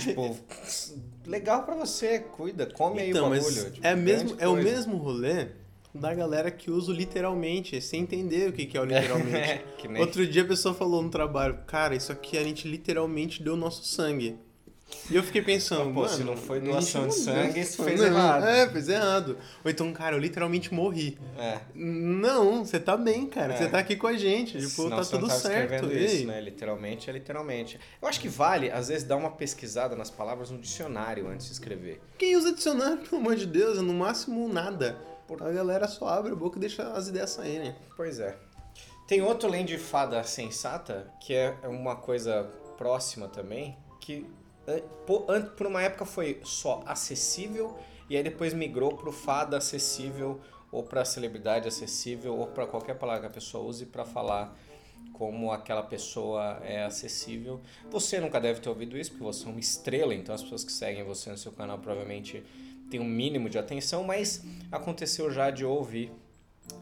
B: Tipo, legal pra você, cuida, come aí o
A: Então,
B: bagulho.
A: mas
B: tipo,
A: é,
B: grande
A: mesmo, é o
B: coisa.
A: mesmo rolê da galera que usa o literalmente, sem entender o que que é o literalmente.
B: É, que nem
A: Outro dia a pessoa falou no trabalho, cara, isso aqui a gente literalmente deu nosso sangue. E eu fiquei pensando,
B: Pô,
A: mano,
B: se não foi
A: a gente
B: doação
A: não
B: de
A: deu
B: sangue,
A: nosso
B: você fez
A: sangue.
B: errado.
A: É, fez errado. Ou então, cara, eu literalmente morri.
B: É.
A: Não, você tá bem, cara.
B: É.
A: Você tá aqui com a gente. Tipo,
B: Senão
A: tá
B: você não
A: tudo
B: tava
A: certo.
B: escrevendo
A: E aí?
B: Isso, né? Literalmente é literalmente. Eu acho que vale, às vezes, dar uma pesquisada nas palavras no dicionário antes de escrever.
A: Quem usa dicionário, pelo amor de Deus, é no máximo nada. A galera só abre a boca e deixa as ideias saírem.
B: Pois é. Tem outro além de fada sensata, que é uma coisa próxima também, que eh, po- an- por uma época foi só acessível e aí depois migrou pro fada acessível ou pra celebridade acessível ou pra qualquer palavra que a pessoa use pra falar como aquela pessoa é acessível. Você nunca deve ter ouvido isso, porque você é uma estrela, então as pessoas que seguem você no seu canal provavelmente têm um mínimo de atenção, mas aconteceu já de eu ouvir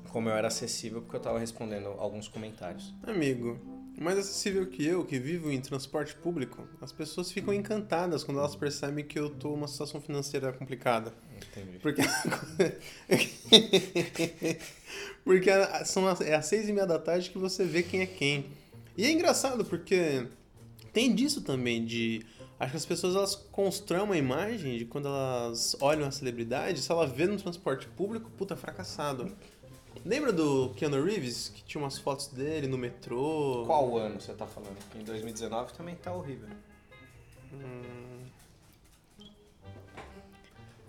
B: como eu era acessível, porque eu tava respondendo alguns comentários.
A: Amigo, mais acessível que eu, que vivo em transporte público, as pessoas ficam encantadas quando elas percebem que eu tô numa situação financeira complicada.
B: Entendi.
A: Porque. porque a- são as, é às seis e meia da tarde que você vê quem é quem. E é engraçado porque tem disso também, de. Acho que as pessoas elas constroem uma imagem de quando elas olham a celebridade, se ela vê no transporte público, puta, fracassado. Lembra do Keanu Reeves, que tinha umas fotos dele no metrô?
B: Qual ano você tá falando? Porque Em 2019 também tá horrível.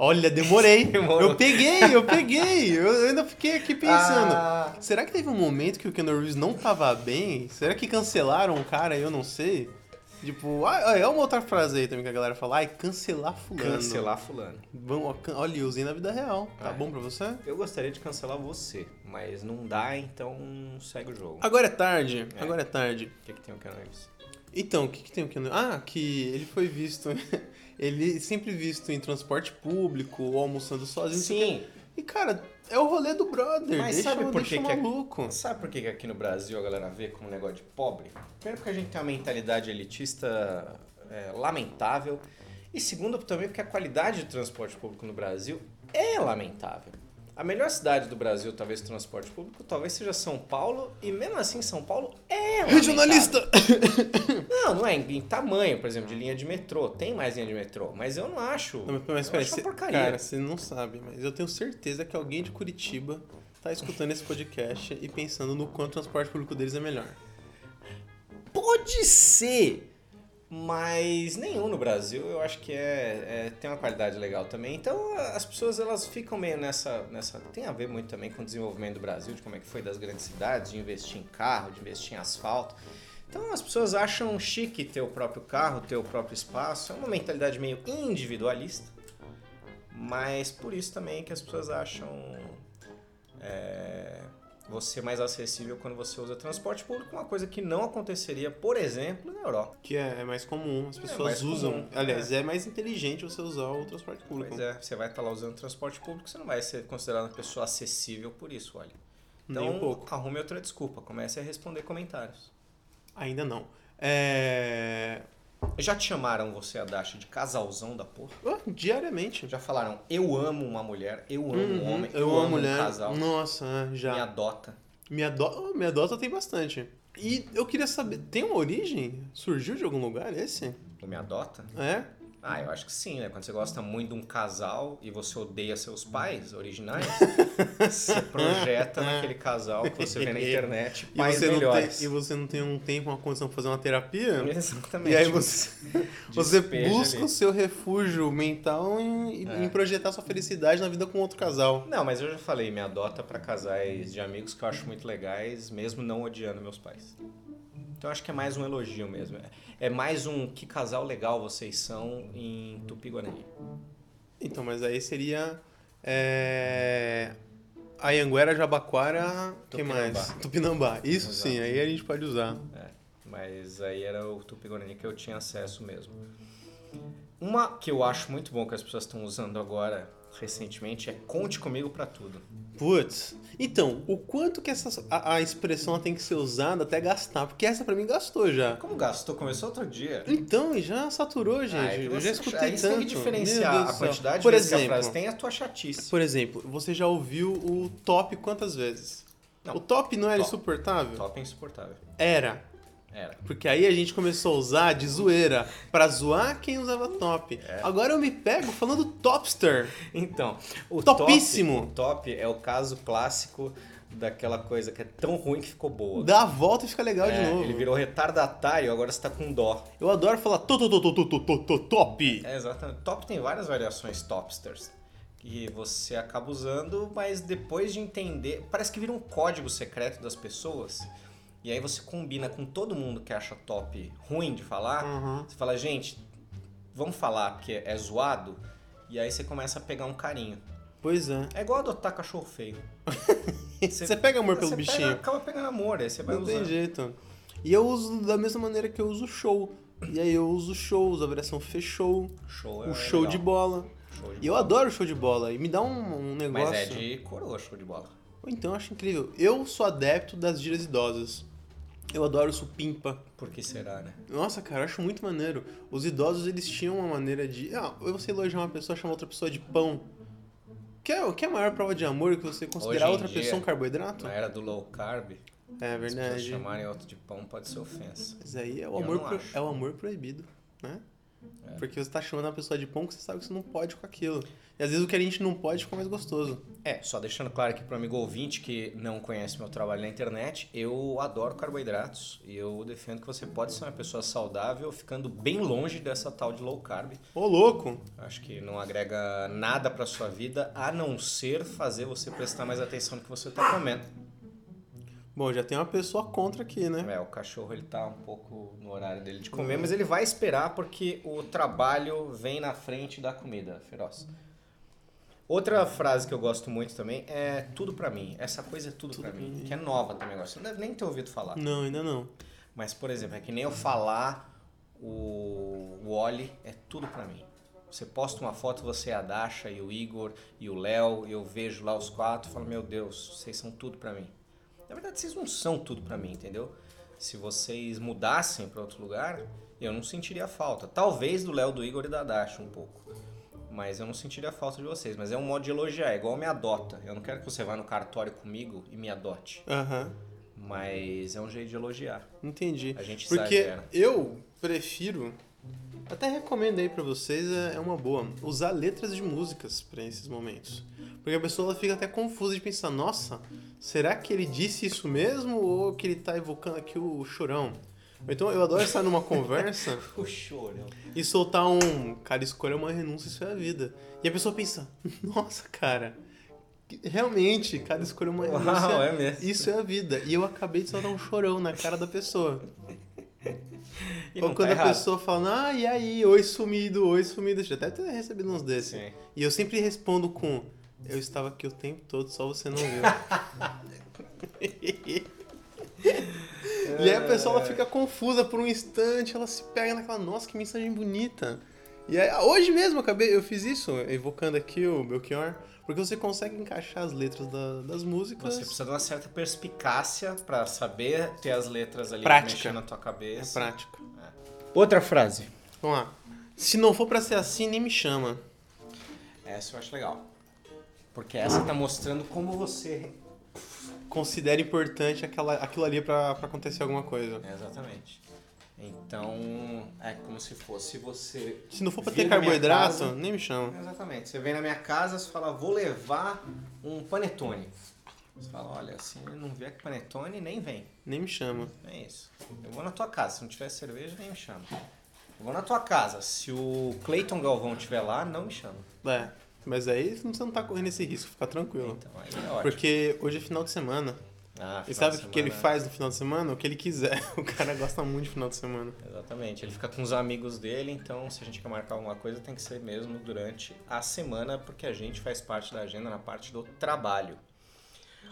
A: Olha, demorei.
B: Demorou.
A: Eu peguei, eu peguei. Eu ainda fiquei aqui pensando.
B: Ah.
A: Será que teve um momento que o Keanu Reeves não tava bem? Será que cancelaram o cara e eu não sei? Tipo, ah, é uma outra frase aí também que a galera fala. Ai, cancelar fulano.
B: Cancelar fulano.
A: Vamos, ó, can- olha, eu usei na vida real. Tá
B: Ah, é.
A: bom pra você?
B: Eu gostaria de cancelar você, mas não dá, então segue o jogo.
A: Agora é tarde.
B: É.
A: Agora é tarde.
B: O que, que é tem o Keanu Reeves?
A: Então, o que, que tem o Keanu Ah, que ele foi visto... ele sempre visto em transporte público ou almoçando sozinho. não sei o quê.
B: Sim,
A: E, cara, é o rolê do brother.
B: Mas
A: deixa,
B: sabe por
A: deixa
B: que
A: o
B: que é-
A: maluco.
B: sabe por que que aqui no Brasil a galera vê como um negócio de pobre? Primeiro porque a gente tem uma mentalidade elitista é, lamentável. E segundo também porque a qualidade do transporte público no Brasil é lamentável. A melhor cidade do Brasil, talvez, de transporte público, talvez seja São Paulo. E mesmo assim, São Paulo é lamentável.
A: Regionalista!
B: Não, não é em, em tamanho, por exemplo, de linha de metrô. Tem mais linha de metrô, mas eu não acho.
A: Não, mas, mas
B: Eu
A: peraí,
B: acho uma
A: cê-
B: porcaria.
A: cara, você não sabe, mas eu tenho certeza que alguém de Curitiba tá escutando esse podcast e pensando no quanto o transporte público deles é melhor.
B: Pode ser, mas nenhum no Brasil eu acho que é, é- tem uma qualidade legal também. Então a- as pessoas elas ficam meio nessa, nessa. Tem a ver muito também com o desenvolvimento do Brasil, de como é que foi das grandes cidades, de investir em carro, de investir em asfalto. Então as pessoas acham chique ter o próprio carro, ter o próprio espaço. É uma mentalidade meio individualista, mas por isso também que as pessoas acham você mais acessível quando você usa transporte público, uma coisa que não aconteceria, por exemplo, na Europa.
A: Que é, é mais comum, as pessoas
B: mais
A: usam.
B: comum,
A: Aliás, é. mais inteligente você usar o transporte público.
B: Pois é, você vai estar lá usando transporte público, você não vai ser considerado uma pessoa acessível por isso, olha. Então,
A: Nem um pouco.
B: arrume outra desculpa, comece a responder comentários.
A: Ainda não. É.
B: Já te chamaram você, a Dasha, de casalzão da porra?
A: ah, diariamente.
B: Já falaram, eu amo uma mulher, eu amo um
A: Uhum,
B: homem,
A: eu, amo
B: um
A: mulher.
B: casal,
A: Nossa, é, já.
B: me adota.
A: Minha, do... oh, minha dota tem bastante. E eu queria saber, tem uma origem? Surgiu de algum lugar esse?
B: Tu me adota?
A: É?
B: Ah, eu acho que sim, né? Quando você gosta muito de um casal e você odeia seus pais originais, você projeta naquele casal que você vê na internet
A: E
B: pais
A: você, não
B: melhores.
A: tem, e você não tem um tempo, uma condição pra fazer uma terapia?
B: Exatamente.
A: E aí você, você
B: Despeja
A: busca
B: ali. É.
A: o seu refúgio mental em, em projetar sua felicidade na vida com outro casal.
B: Não, mas eu já falei, me adota pra casais de amigos que eu acho muito legais, mesmo não odiando meus pais. Então eu acho que é mais um elogio mesmo. É- É mais um que casal legal vocês são em Tupi-Guarani.
A: Então, mas aí seria. É, Anhanguera, Jabaquara, que
B: Tupinambá.
A: mais? Tupinambá. Isso
B: Exato.
A: sim, aí a gente pode usar.
B: Mas aí era o Tupi-Guarani que eu tinha acesso mesmo. Uma que eu acho muito bom que as pessoas estão usando agora, recentemente, é conte comigo pra tudo.
A: Putz, então, o quanto que essa, a, a expressão ela tem que ser usada até gastar? Porque essa pra mim gastou já.
B: Como gastou? Começou outro dia.
A: Então, e já saturou, gente.
B: Ah, é que
A: eu já
B: você-
A: escutei
B: aí
A: tanto.
B: você tem que
A: Meu
B: diferenciar
A: Deus
B: a
A: do céu.
B: quantidade
A: Por
B: de vezes que a
A: exemplo,
B: frase tem é a tua chatice.
A: Por exemplo, você já ouviu o top quantas vezes?
B: Não.
A: O top não era
B: Top.
A: insuportável?
B: Top é insuportável.
A: Era.
B: Era.
A: Porque aí a gente começou a usar de zoeira pra zoar quem usava top.
B: É.
A: Agora eu me pego falando topster.
B: Então, o
A: Topíssimo.
B: Top, o top é o caso clássico daquela coisa que é tão ruim que ficou boa.
A: Dá a volta e fica legal
B: É,
A: de novo.
B: Ele virou retardatário, agora você tá com dó.
A: Eu adoro falar to, to, to, to, to, to, to, top.
B: É, exatamente. Top tem várias variações topsters que você acaba usando, mas depois de entender, parece que vira um código secreto das pessoas. E aí você combina com todo mundo que acha top ruim de falar.
A: Uhum.
B: Você fala, gente, vamos falar porque é zoado. E aí você começa a pegar um carinho.
A: Pois é.
B: É igual adotar cachorro feio.
A: Você, pega amor pelo
B: você pega-
A: bichinho.
B: acaba pegando amor, aí você vai
A: Não tem
B: usando.
A: jeito. E eu uso da mesma maneira que eu uso show. E aí eu uso show, uso a versão fechou,
B: Show é
A: o show de
B: legal.
A: bola.
B: Show de
A: E eu
B: bola.
A: adoro show de bola. E me dá um, um negócio.
B: Mas é de coroa show de bola.
A: Ou então eu acho incrível. Eu sou adepto das gírias idosas. Eu adoro supimpa.
B: Por que será, né?
A: Nossa, cara, eu acho muito maneiro. Os idosos, eles tinham uma maneira de... Ah, ou você elogiar uma pessoa, chamar outra pessoa de pão. Que é, que é a maior prova de amor que você
B: Hoje
A: considerar
B: em
A: outra
B: dia,
A: pessoa um carboidrato?
B: Na era do low carb,
A: É
B: as pessoas
A: verdade.
B: chamarem outro de pão pode ser ofensa.
A: Mas aí é o
B: Eu
A: amor,
B: não
A: pro-
B: acho.
A: é o amor proibido, né? Porque você tá chamando a pessoa de pão que você sabe que você não pode com aquilo. E às vezes o que a gente não pode fica mais gostoso.
B: É, só deixando claro aqui pro amigo ouvinte que não conhece meu trabalho na internet, eu adoro carboidratos e eu defendo que você pode ser uma pessoa saudável ficando bem longe dessa tal de low carb.
A: Ô, louco!
B: Acho que não agrega nada pra sua vida a não ser fazer você prestar mais atenção no que você tá comendo.
A: Bom, já tem uma pessoa contra aqui, né?
B: É, o cachorro ele tá um pouco no horário dele de comer, mas ele vai esperar porque o trabalho vem na frente da comida, feroz. Outra frase que eu gosto muito também é tudo pra mim. Essa coisa é tudo, pra mim, que é nova também agora. Você não deve nem ter ouvido falar.
A: Não, ainda não.
B: Mas, por exemplo, é que nem eu falar o, o Oli é tudo pra mim. Você posta uma foto, você, é a Dasha e o Igor e o Léo, e eu vejo lá os quatro e falo, meu Deus, vocês são tudo pra mim. Na verdade, vocês não são tudo pra mim, entendeu? Se vocês mudassem pra outro lugar, eu não sentiria falta. Talvez do Léo, do Igor e da Dasha um pouco. Mas eu não sentiria falta de vocês. Mas é um modo de elogiar, é igual me adota. Eu não quero que você vá no cartório comigo e me adote.
A: Aham.
B: Mas é um jeito de elogiar.
A: Entendi.
B: A gente
A: Porque
B: exagera.
A: eu prefiro, até recomendo aí pra vocês, é é uma boa, usar letras de músicas pra esses momentos. Porque a pessoa ela fica até confusa de pensar, nossa, será que ele disse isso mesmo ou que ele tá evocando aqui o chorão? Ou Então eu adoro estar numa conversa
B: O chorão.
A: e soltar um, cara, escolha uma renúncia, isso é a vida. E a pessoa pensa, nossa, cara, que- realmente, cada escolha uma renúncia.
B: Uau, é mesmo.
A: Isso é a vida. E eu acabei de soltar um chorão na cara da pessoa.
B: E
A: Ou
B: não
A: quando
B: tá
A: a
B: errado.
A: pessoa fala, ah, e aí, oi sumido, oi sumido. Eu já até ter recebido uns desses.
B: Sim.
A: E eu sempre respondo com, eu estava aqui o tempo todo, só você não viu. e aí a pessoa ela fica confusa por um instante, ela se pega naquela, nossa, que mensagem bonita. E aí, ah, hoje mesmo eu acabei, eu fiz isso, evocando aqui o Belchior, porque você consegue encaixar as letras da- das músicas.
B: Você precisa de uma certa perspicácia pra saber ter as letras ali
A: Prática.
B: mexendo na tua
A: É
B: cabeça.
A: prática.
B: Outra frase.
A: Vamos lá. Se não for pra ser assim, nem me chama.
B: Essa eu acho legal. Porque essa tá mostrando como você.
A: considera importante aquela, aquilo ali pra, pra acontecer alguma coisa.
B: Exatamente. Então, é como se fosse você.
A: Se não for pra ter
B: vir na minha
A: carboidrato,
B: casa-
A: nem me chama.
B: Exatamente. Você vem na minha casa, você fala, vou levar um panetone. Você fala, olha, se não vier com panetone, nem vem.
A: Nem me chama.
B: É isso. Eu vou na tua casa. Se não tiver cerveja, nem me chama. Eu vou na tua casa. Se o Cleiton Galvão estiver lá, não me chama.
A: É. Mas aí você não tá correndo esse risco, fica tranquilo.
B: Então, aí é ótimo.
A: Porque hoje é final de semana.
B: Ah,
A: E
B: final
A: sabe
B: de
A: o que que ele
B: semana-
A: faz no final de semana? O que ele quiser. O cara gosta muito de final de semana.
B: Exatamente. Ele fica com os amigos dele, então se a gente quer marcar alguma coisa, tem que ser mesmo durante a semana, porque a gente faz parte da agenda na parte do trabalho.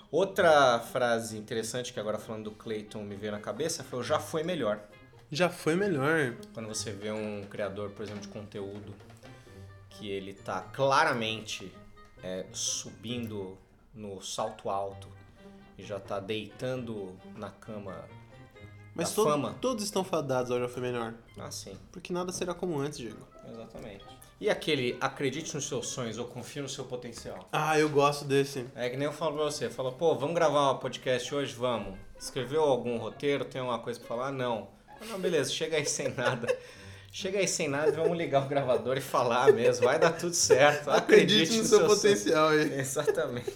B: Outra frase interessante que agora falando do Cleiton me veio na cabeça foi o já foi melhor.
A: Já foi melhor.
B: Quando você vê um criador, por exemplo, de conteúdo, que ele tá claramente é, subindo no salto alto e já tá deitando na cama
A: Mas
B: da
A: todo-
B: fama.
A: todos estão fadados ao já foi melhor.
B: Assim.
A: Porque nada será como antes, Diego.
B: Exatamente. E aquele acredite nos seus sonhos ou confie no seu potencial?
A: Ah, eu gosto desse.
B: É que nem eu falo pra você, fala, pô, vamos gravar um podcast hoje? Vamos. Escreveu algum roteiro, tem alguma coisa pra falar? Não. Ah, Não, beleza, chega aí sem nada. Chega aí sem nada e vamos ligar o gravador e falar mesmo. Vai dar tudo certo. Acredite,
A: Acredite no seu potencial aí.
B: Exatamente.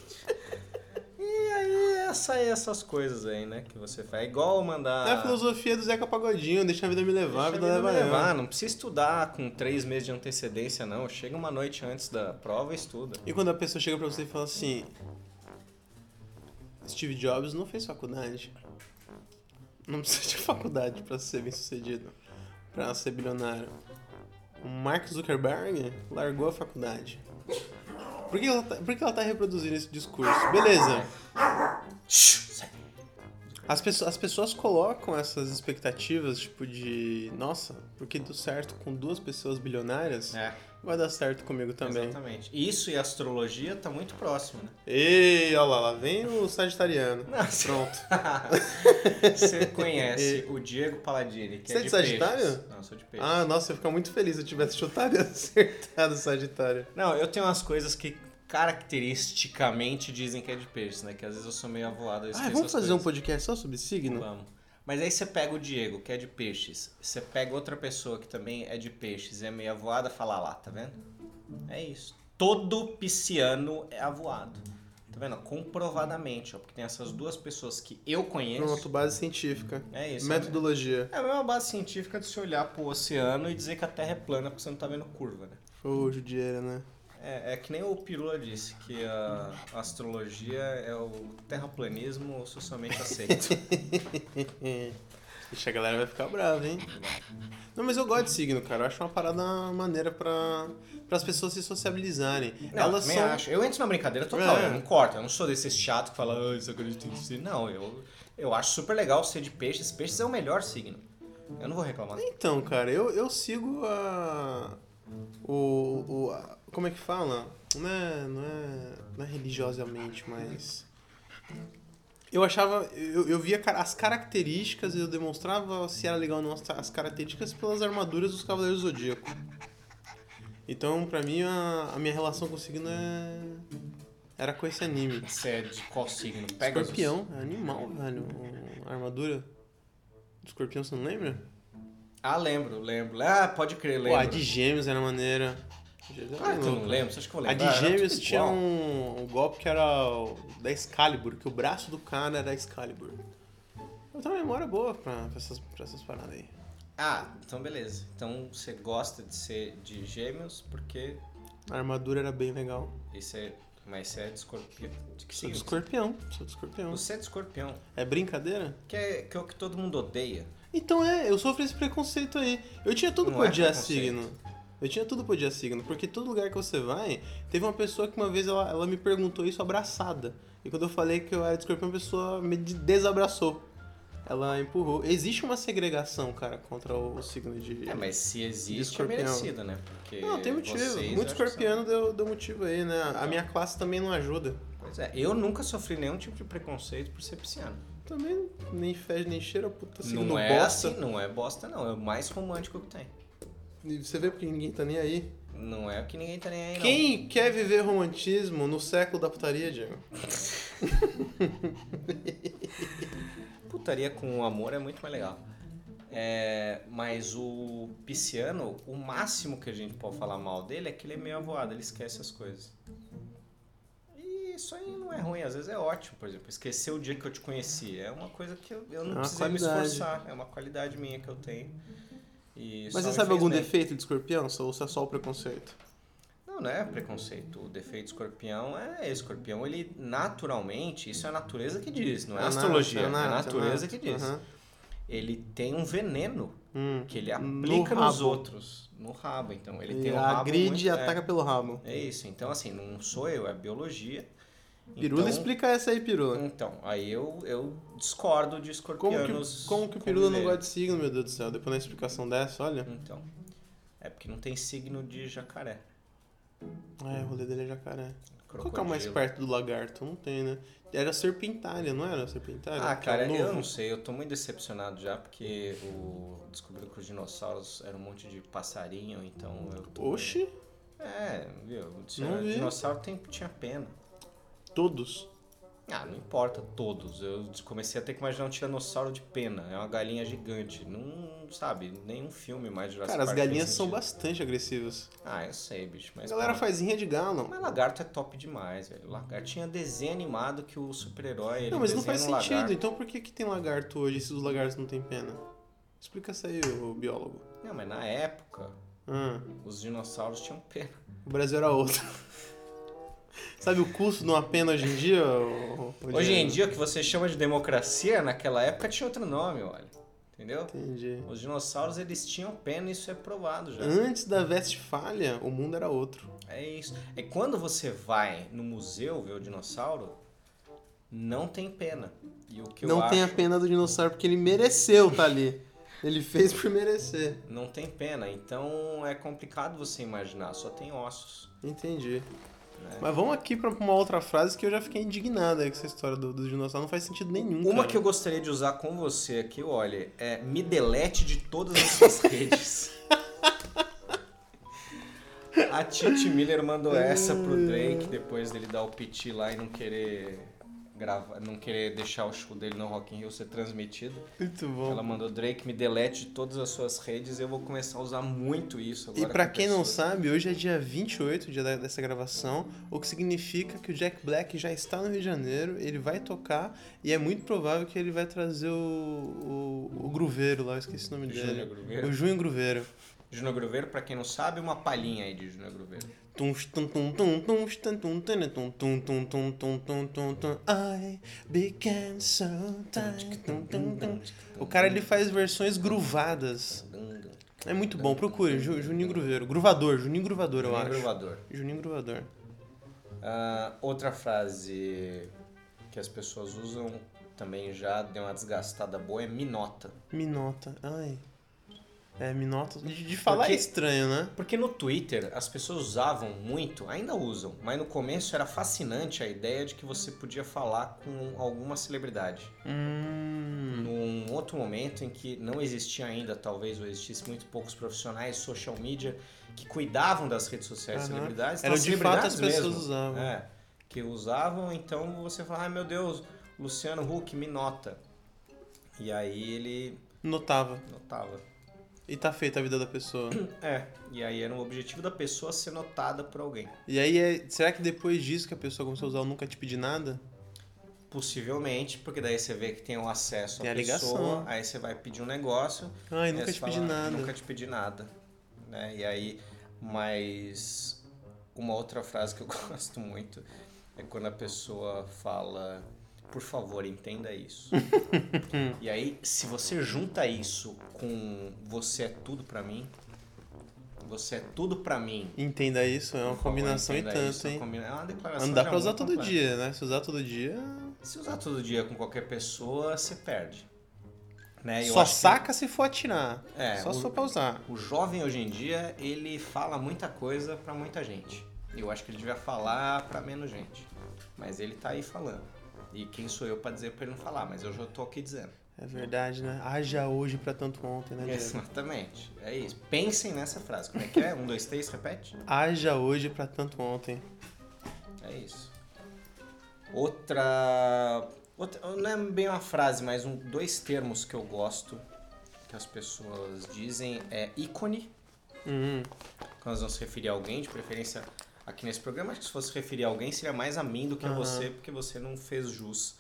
B: E aí, essa aí, essas coisas aí, né? Que você faz. É igual mandar.
A: É a filosofia do Zeca Pagodinho, deixa a vida me levar, a vida
B: Deixa a vida
A: leva
B: me né?
A: eu.
B: Não precisa estudar com três meses de antecedência, não. Chega uma noite antes da prova e estuda.
A: E quando a pessoa chega pra você e fala assim: Steve Jobs não fez faculdade. Não precisa de faculdade pra ser bem sucedido, pra ser bilionário. O Mark Zuckerberg largou a faculdade. Por que ela tá, por que ela tá reproduzindo esse discurso? Beleza. As pessoas, as pessoas colocam essas expectativas, tipo, de. Nossa, porque deu certo com duas pessoas bilionárias,
B: É,
A: vai dar certo comigo também.
B: exatamente. Isso e astrologia tá muito próximo, né?
A: Ei, olha lá, lá vem o Sagitariano.
B: Nossa.
A: Pronto.
B: Você conhece o Diego Paladini, que
A: Você é
B: é de
A: de Sagitário?
B: peixes. Não, eu sou de peixe.
A: Ah, nossa, eu ia ficar muito feliz se eu tivesse chutado e acertado o Sagitário.
B: Não, eu tenho umas coisas que caracteristicamente dizem que é de peixe, né? Que às vezes eu sou meio avoado. eu
A: Ah,
B: esqueço
A: vamos
B: as
A: fazer um
B: coisas.
A: podcast só sobre signo?
B: Vamos. Mas aí você pega o Diego, que é de peixes. Você pega outra pessoa que também é de peixes e é meio avoada, fala lá, tá vendo? É isso. Todo pisciano é avoado. Tá vendo? Comprovadamente, ó. Porque tem essas duas pessoas que eu conheço.
A: Pronto, base científica.
B: É isso.
A: Metodologia.
B: É a mesma base científica de se olhar pro oceano e dizer que a Terra é plana porque você não tá vendo curva, né?
A: Ô, judieira, né?
B: É, é que nem o Pirula disse, que a astrologia é o terraplanismo ou socialmente aceito.
A: É. Ixi, a galera vai ficar brava, hein? Não, mas eu gosto de signo, cara. Eu acho uma parada maneira pra, as pessoas se sociabilizarem.
B: Não,
A: Elas
B: também
A: são.
B: acho. Eu entro na brincadeira total,
A: É.
B: eu não corto. Eu não sou desse chato que fala, ah, isso acredito em si. Não, eu, eu acho super legal ser de peixes. Peixes é o melhor signo. Eu não vou reclamar.
A: Então, cara, eu, eu sigo a. O. o a- como é que fala? Não é, não é. Não é religiosamente, mas. Eu achava. Eu, eu via cara- as características, eu demonstrava se era legal ou não as, as características pelas armaduras dos Cavaleiros do Zodíaco. Então, pra mim, a, a minha relação com o signo é. Era com esse anime.
B: Você é de qual signo? Pegasus?
A: Escorpião, é animal, velho. A armadura do escorpião, você não lembra?
B: Ah, lembro, lembro. Ah, pode crer,
A: Pô,
B: lembro.
A: a de Gêmeos era maneira.
B: Ah, tu não lembro. Você acha que eu vou
A: A
B: lembrar?
A: de
B: Era
A: Gêmeos
B: tudo
A: tinha
B: igual.
A: um, um golpe que era o da Excalibur, que o braço do cara era Excalibur. Eu tenho uma memória boa pra, pra essas, pra essas paradas aí.
B: Ah, então beleza. Então você gosta de ser de gêmeos porque
A: A armadura era bem legal.
B: isso é. Mas você é de escorpião. De que
A: Sou
B: signo?
A: do escorpião, sou do escorpião.
B: Você é de escorpião.
A: É brincadeira?
B: Que é, que é o que todo mundo odeia.
A: Então é, eu sofro esse preconceito aí. Eu tinha tudo
B: Não
A: pra
B: é
A: odiar
B: preconceito.
A: signo. Eu tinha tudo pra odiar signo, porque todo lugar que você vai, teve uma pessoa que uma vez ela, ela me perguntou isso abraçada. E quando eu falei que eu era de escorpião, a pessoa me de- desabraçou. Ela empurrou. Existe uma segregação, cara, contra o, o signo de.
B: É, mas se existe, é
A: escorpião.
B: merecido, né? Porque
A: Não, tem motivo.
B: vocês
A: Muito
B: acho que
A: escorpiano deu, deu motivo aí, né? A minha classe também não ajuda.
B: são- Pois é, eu nunca sofri nenhum tipo de preconceito por ser pisciano.
A: Também nem fede nem cheira, puta signo
B: não é
A: bosta.
B: assim, não é bosta, não. É o mais romântico que tem.
A: E você vê porque ninguém tá nem aí.
B: Não é o que ninguém tá nem aí, não.
A: Quem quer viver romantismo no século da putaria, Diego?
B: Putaria com amor é muito mais legal. É, mas o pisciano, o máximo que a gente pode falar mal dele é que ele é meio avoado, ele esquece as coisas. E isso aí não é ruim, às vezes é ótimo, por exemplo. Esquecer o dia que eu te conheci é uma coisa que eu, eu não
A: É uma
B: precisei me
A: qualidade.
B: esforçar, é uma qualidade minha que eu tenho. E
A: Mas
B: só
A: você
B: me
A: sabe
B: fez
A: algum
B: bem.
A: defeito de escorpião? Ou se é só o preconceito?
B: Não, não é preconceito. O defeito de escorpião é escorpião, ele naturalmente, isso é a natureza que diz, não é, a
A: nato,
B: astrologia, é,
A: nato,
B: a natureza
A: nato.
B: que diz.
A: né? Aham.
B: Ele tem um veneno
A: Hum.
B: que ele
A: No
B: aplica nos
A: rabo.
B: outros, no rabo. Então, ele
A: E
B: tem um rabo
A: agride
B: muito-
A: e ataca pelo rabo.
B: É, é isso. Então, assim, não sou eu, é biologia.
A: Pirula,
B: então,
A: explica essa aí, Pirula.
B: Então, aí eu, eu discordo de
A: Como que,
B: escorpianos.
A: como que o Pirula não
B: dele.
A: gosta de signo, meu Deus do céu? Depois da explicação dessa, olha.
B: Então, é porque não tem signo de jacaré.
A: Ai, o rolê dele é jacaré. Qual que é o
B: Hum. crocodilo.
A: mais perto do lagarto? Não tem, né? Era serpentária, não era serpentária?
B: Ah,
A: Que é o
B: cara, eu
A: novo.
B: não sei, eu tô muito decepcionado já, porque o... descobriu que os dinossauros eram um monte de passarinho, então eu tô...
A: Oxi,
B: É, viu? O
A: Não vi.
B: dinossauro tem... tinha pena.
A: todos.
B: Ah, não importa todos. Eu comecei a ter que imaginar um tiranossauro de pena. É uma galinha gigante. Não, sabe, nenhum filme mais Jurassic
A: Cara, as
B: Park fez
A: galinhas são
B: sentido.
A: bastante agressivas.
B: Ah, eu sei, bicho.
A: A
B: Mas,
A: galera
B: pô,
A: faz rinha de galo.
B: mas lagarto é top demais, velho. Lagarto tinha desenho animado que o super-herói. ele
A: Não, mas não
B: desenha
A: faz
B: um
A: sentido.
B: lagarto.
A: Então por que, que tem lagarto hoje se os lagartos não têm pena? Explica isso aí, ô biólogo.
B: Não, mas na época,
A: Ah,
B: os dinossauros tinham pena.
A: o Brasil era outro. Sabe o custo de uma pena hoje em dia? ô- ô
B: Hoje em
A: Diego?
B: dia, o que você chama de democracia, naquela época tinha outro nome, olha. Entendeu?
A: Entendi.
B: Os dinossauros, eles tinham pena, isso é provado já.
A: Antes da Westfalia, o mundo era outro.
B: É isso. É quando você vai no museu ver o dinossauro, não tem pena. E o que eu
A: não tem
B: acho-
A: a pena do dinossauro porque ele mereceu tá ali. ele fez por merecer.
B: Não tem pena. Então é complicado você imaginar, só tem ossos.
A: Entendi.
B: É.
A: Mas vamos aqui pra uma outra frase que eu já fiquei indignado aí com essa história do, do dinossauro. Não faz sentido nenhum.
B: Uma
A: cara.
B: que eu gostaria de usar com você aqui, olha, é me delete de todas as suas redes. A
A: É.
B: Titi Miller mandou essa pro Drake depois dele dar o piti lá e não querer grava, não querer deixar o show dele no Rock in Rio ser transmitido.
A: Muito bom.
B: Ela mandou Drake me delete de todas as suas redes. Eu vou começar a usar muito isso agora.
A: E pra
B: com
A: quem não
B: pessoas.
A: sabe, hoje é dia 28, dia da- dessa gravação, o que significa que o Jack Black já está no Rio de Janeiro, ele vai tocar e é muito provável que ele vai trazer o, o, o Gruveiro lá, eu esqueci o nome dele.
B: Júnior Gruveiro.
A: O Junho Gruveiro.
B: Júnior Groveiro, pra quem não sabe, uma palhinha aí de Júnior Groveiro.
A: Tuns, tum, tum, tum, tuns, tum, tum, tum, tum, tum, tum, tum, tum, tum, tum, tum. I became so tired. Tum, tum, tum. O cara ele faz versões gruvadas. É muito bom, procure, Ju- Juninho Gruveiro. Gruvador, Juninho Gruvador, eu
B: Júnior
A: acho.
B: Grovador.
A: Juninho Gruvador.
B: Ah, outra frase que as pessoas usam também já deu uma desgastada boa é minota.
A: Minota, ai. É, Minota. De, de falar
B: Porque-
A: é estranho, né?
B: Porque no Twitter as pessoas usavam muito, ainda usam, mas no começo era fascinante a ideia de que você podia falar com alguma celebridade.
A: Hum.
B: num outro momento em que não existia ainda, talvez, ou existisse muito poucos profissionais, social media, que cuidavam das redes sociais de
A: Aham.
B: celebridades.
A: Era
B: então,
A: de fato as
B: celebridades
A: pessoas
B: mesmo,
A: usavam.
B: É, que usavam, então você fala, ai meu Deus, Luciano Huck me nota. E aí ele
A: Notava.
B: notava.
A: E tá feita a vida da pessoa.
B: É, e aí era um objetivo da pessoa ser notada por alguém.
A: E aí, é- será que depois disso que a pessoa começou a usar o Nunca Te Pedi Nada?
B: Possivelmente, porque daí você vê que tem o acesso à
A: Tem a ligação.
B: pessoa, aí você vai pedir um negócio,
A: Ai,
B: Aí
A: nunca
B: você
A: te pedi
B: fala,
A: nada.
B: É, Nunca te pedi nada. Né? E aí, mas uma outra frase que eu gosto muito é quando a pessoa fala, por favor, entenda isso. e aí, se você junta isso com você é tudo pra mim, você é tudo pra mim.
A: Entenda isso, é uma
B: por favor,
A: combinação e
B: entenda
A: tanto,
B: isso, é uma
A: hein?
B: combina- É uma declaração.
A: Não dá
B: de
A: pra usar
B: amor
A: todo
B: completa.
A: dia, né? Se usar todo dia,
B: Se usar todo dia com qualquer pessoa, você perde. Né? Eu
A: só
B: acho que-
A: saca se for atirar.
B: É,
A: só se
B: o-
A: for pra usar.
B: O jovem hoje em dia, ele fala muita coisa pra muita gente. Eu acho que ele devia falar pra menos gente. Mas ele tá aí falando. E quem sou eu pra dizer pra ele não falar? Mas eu já tô aqui dizendo.
A: É verdade, né? Haja hoje pra tanto ontem,
B: É,
A: né, Diego?
B: Exatamente. É isso. Pensem nessa frase. Como é que é? Um, dois, três, repete.
A: Haja hoje pra tanto ontem.
B: É isso. Outra. outra não é bem uma frase, mas um, dois termos que eu gosto que as pessoas dizem é ícone.
A: Hum,
B: quando nós vamos referir a alguém, de preferência aqui nesse programa, acho que se fosse referir a alguém seria mais a mim do que a
A: Aham.
B: você, porque você não fez jus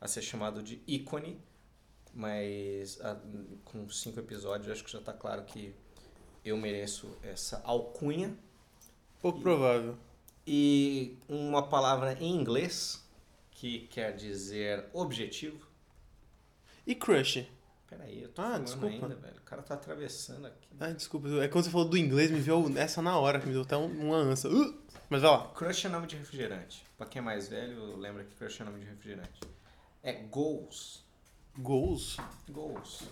B: a ser chamado de ícone, mas ah, com cinco episódios acho que já tá claro que eu mereço essa alcunha.
A: pouco provável.
B: E uma palavra em inglês que quer dizer objetivo.
A: E crush?
B: Peraí, eu tô
A: Ah,
B: falando
A: desculpa.
B: ainda, velho. O cara tá atravessando aqui.
A: Ai, desculpa, é quando você falou do inglês, me veio essa na hora, que me deu até um- uma ânsia. Uh! Mas vai lá.
B: Crush é nome de refrigerante. Pra quem é mais velho, lembra que crush é nome de refrigerante. É goals.
A: Goals?
B: Goals.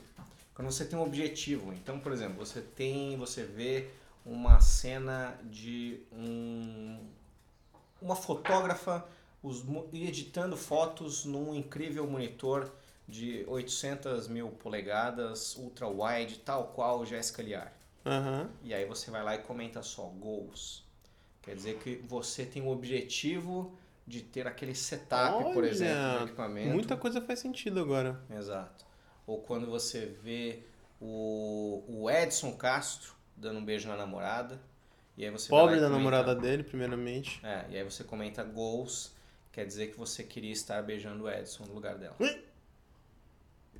B: Quando você tem um objetivo. Então, por exemplo, você tem. Você vê uma cena de um. Uma fotógrafa os mo- editando fotos num incrível monitor de 800 mil polegadas, ultra-wide, tal qual Jessica Liar.
A: Aham.
B: E aí você vai lá e comenta só goals. Quer dizer que você tem o objetivo de ter aquele setup, por
A: Olha,
B: exemplo, do equipamento.
A: Muita coisa faz sentido agora.
B: Exato. Ou quando você vê o, o Edson Castro dando um beijo na namorada. E aí você vai
A: Pobre
B: lá e
A: da
B: comenta-
A: namorada dele, primeiramente.
B: É, e aí você comenta goals, quer dizer que você queria estar beijando o Edson no lugar dela.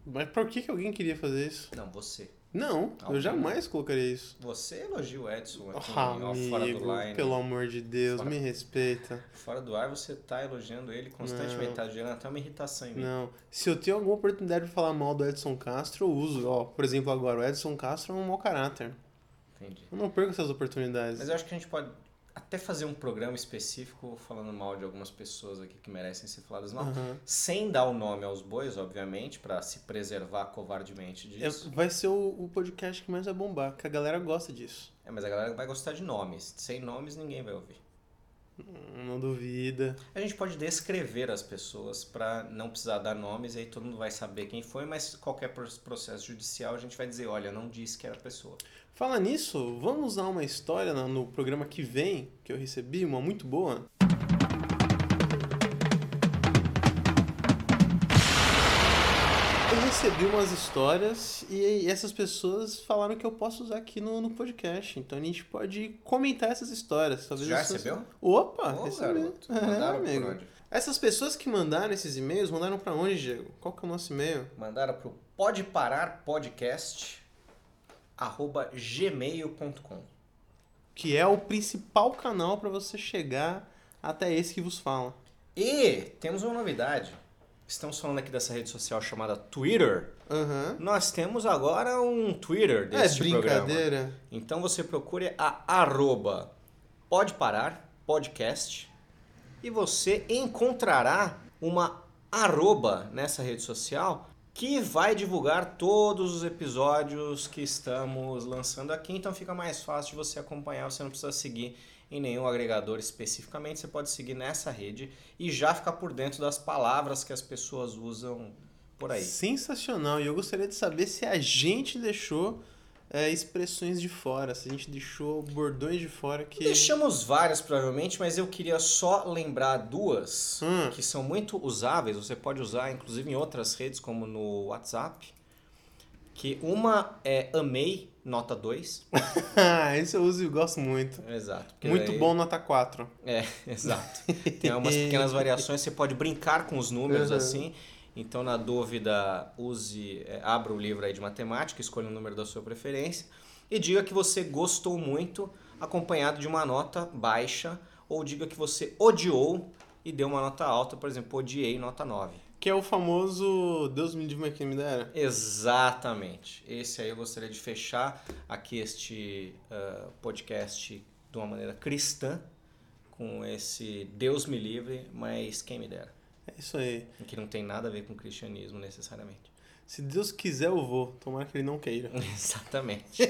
A: Mas por que, que alguém queria fazer isso?
B: Não, você.
A: Não, eu
B: Alguém.
A: jamais colocaria isso.
B: Você elogia o Edson aqui
A: Ah,
B: ó, um fora do
A: amigo,
B: line. né?
A: pelo amor de Deus,
B: Fora-
A: me respeita.
B: Fora do ar, você tá elogiando ele constantemente, tá gerando até uma irritação em mim.
A: Não. Se eu tenho alguma oportunidade de falar mal do Edson Castro, eu uso. Ó, por exemplo, agora, o Edson Castro é um mau caráter.
B: Entendi.
A: Eu não perco essas oportunidades.
B: Mas é, eu acho que a gente pode até fazer um programa específico falando mal de algumas pessoas aqui que merecem ser faladas mal.
A: Aham.
B: Sem dar o nome aos bois, obviamente, pra se preservar covardemente
A: É,
B: disso.
A: vai ser o, o podcast que mais vai bombar, que a galera gosta disso.
B: É, mas a galera vai gostar de nomes. Sem nomes, ninguém vai ouvir.
A: Hum, Não duvida.
B: A gente pode descrever as pessoas pra não precisar dar nomes, e aí todo mundo vai saber quem foi, mas qualquer pro- processo judicial a gente vai dizer, olha, não disse que era a pessoa.
A: Fala nisso, vamos usar uma história no, no programa que vem, que eu recebi, uma muito boa. recebi umas histórias e essas pessoas falaram que eu posso usar aqui no, no podcast. Então a gente pode comentar essas histórias. Talvez
B: Já
A: as pessoas-
B: recebeu?
A: Opa,
B: Ô,
A: recebi.
B: garoto.
A: É,
B: Mandaram por
A: amigo.
B: onde?
A: Essas pessoas que mandaram esses e-mails, mandaram pra onde, Diego? Qual que é o nosso e-mail?
B: Mandaram pro pode parar podcast arroba gmail.com.
A: Que é o principal canal pra você chegar até esse que vos fala.
B: E temos uma novidade. Estamos falando aqui dessa rede social chamada Twitter.
A: Aham.
B: Nós temos agora um Twitter
A: É
B: deste programa.
A: brincadeira.
B: Então você procure a arroba pode parar podcast e você encontrará uma arroba nessa rede social que vai divulgar todos os episódios que estamos lançando aqui, então fica mais fácil de você acompanhar, você não precisa seguir em nenhum agregador especificamente, você pode seguir nessa rede e já ficar por dentro das palavras que as pessoas usam por aí.
A: Sensacional. E eu gostaria de saber se a gente deixou é, expressões de fora, se a gente deixou bordões de fora que.
B: Deixamos várias, provavelmente, mas eu queria só lembrar duas
A: Hum.
B: que são muito usáveis. Você pode usar, inclusive, em outras redes, como no WhatsApp. Que uma é amei, nota 2.
A: Ah, esse eu uso e gosto muito.
B: Exato. porque
A: Muito
B: daí-
A: bom nota 4.
B: É, exato. Tem umas pequenas variações, você pode brincar com os números
A: Uhum.
B: assim. Então, na dúvida, use, é, abra o livro aí de matemática, escolha o número da sua preferência e diga que você gostou muito, acompanhado de uma nota baixa, ou diga que você odiou e deu uma nota alta, por exemplo, odiei nota 9.
A: Que é o famoso Deus me livre, mas quem me dera.
B: Exatamente. Esse aí eu gostaria de fechar aqui este ah, podcast de uma maneira cristã, com esse Deus me livre, mas quem me dera.
A: É isso aí.
B: Que não tem nada a ver com cristianismo necessariamente.
A: Se Deus quiser, eu vou. Tomara que ele não queira.
B: Exatamente.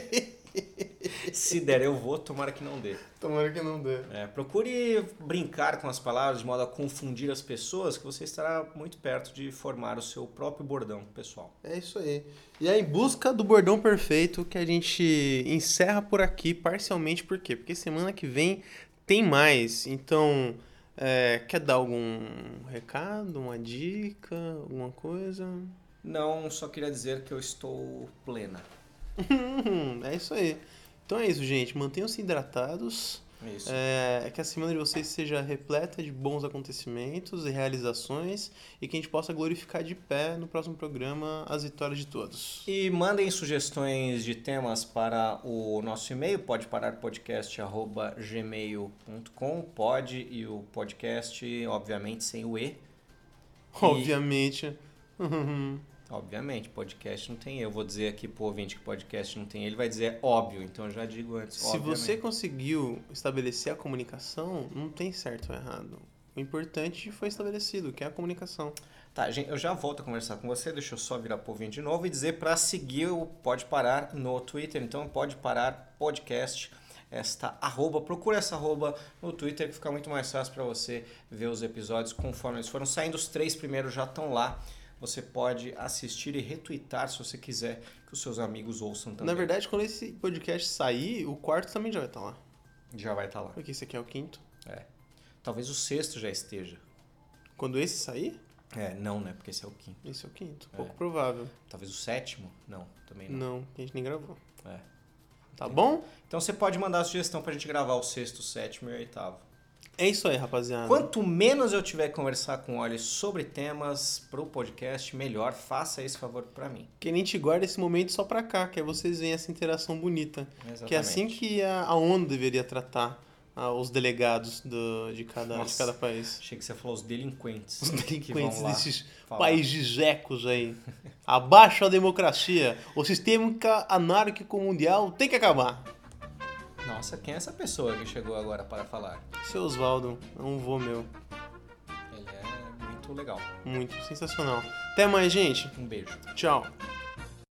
B: Se der, eu vou, tomara que não dê.
A: Tomara que não dê.
B: É, procure brincar com as palavras de modo a confundir as pessoas, que você estará muito perto de formar o seu próprio bordão pessoal.
A: É isso aí. E é em busca do bordão perfeito que a gente encerra por aqui, parcialmente, por quê? Porque semana que vem tem mais. Então, é, quer dar algum recado, uma dica, alguma coisa?
B: Não, só queria dizer que eu estou plena.
A: é isso aí. Então é isso, gente. Mantenham-se hidratados.
B: É Isso.
A: É, que a semana de vocês seja repleta de bons acontecimentos e realizações e que a gente possa glorificar de pé no próximo programa as vitórias de todos.
B: E mandem sugestões de temas para o nosso e-mail, pode parar podcast@gmail.com, pode e o podcast, obviamente sem o e,
A: Obviamente.
B: obviamente, podcast não tem e. eu vou dizer aqui pro ouvinte que podcast não tem e, ele vai dizer óbvio, então eu já digo antes,
A: Se você
B: obviamente.
A: conseguiu estabelecer a comunicação, não tem certo ou errado. O importante foi estabelecido, que é a comunicação.
B: Tá, gente, eu já volto a conversar com você, deixa eu só virar pro ouvinte de novo e dizer para seguir o Pode Parar no Twitter, então pode parar podcast esta arroba, procura essa arroba no Twitter que fica muito mais fácil para você ver os episódios conforme eles foram saindo, os três primeiros já estão lá, você pode assistir e retweetar se você quiser que os seus amigos ouçam também.
A: Na verdade, quando esse podcast sair, o quarto também já vai estar lá.
B: Já vai estar lá.
A: Porque esse aqui é o quinto.
B: Talvez o sexto já esteja.
A: Quando esse sair,
B: É, não, né? Porque esse é o quinto.
A: esse é o quinto. Pouco provável.
B: Talvez o sétimo? Não, também não.
A: Não, que a gente nem gravou.
B: É.
A: Tá bom?
B: Então você pode mandar a sugestão pra gente gravar o sexto, o sétimo e o oitavo.
A: É isso aí, rapaziada.
B: Quanto menos eu tiver que conversar com o Oli sobre temas pro podcast, melhor. Faça esse favor pra mim.
A: Que nem te guarda esse momento só pra cá, que aí vocês veem essa interação bonita.
B: Exatamente.
A: Que é assim que a, a ONU deveria tratar ah, os delegados do- de, cada, de
B: Nossa.
A: cada país.
B: Achei que você falou os delinquentes.
A: Os delinquentes
B: que vão lá
A: desses
B: falar.
A: países ecos aí. Abaixo a democracia. O sistema ca- anárquico mundial tem que acabar.
B: Nossa, quem é essa pessoa que chegou agora para falar?
A: Seu Osvaldo, é um vô meu.
B: Ele é muito legal.
A: Muito sensacional. Até mais, gente.
B: Um beijo.
A: Tchau.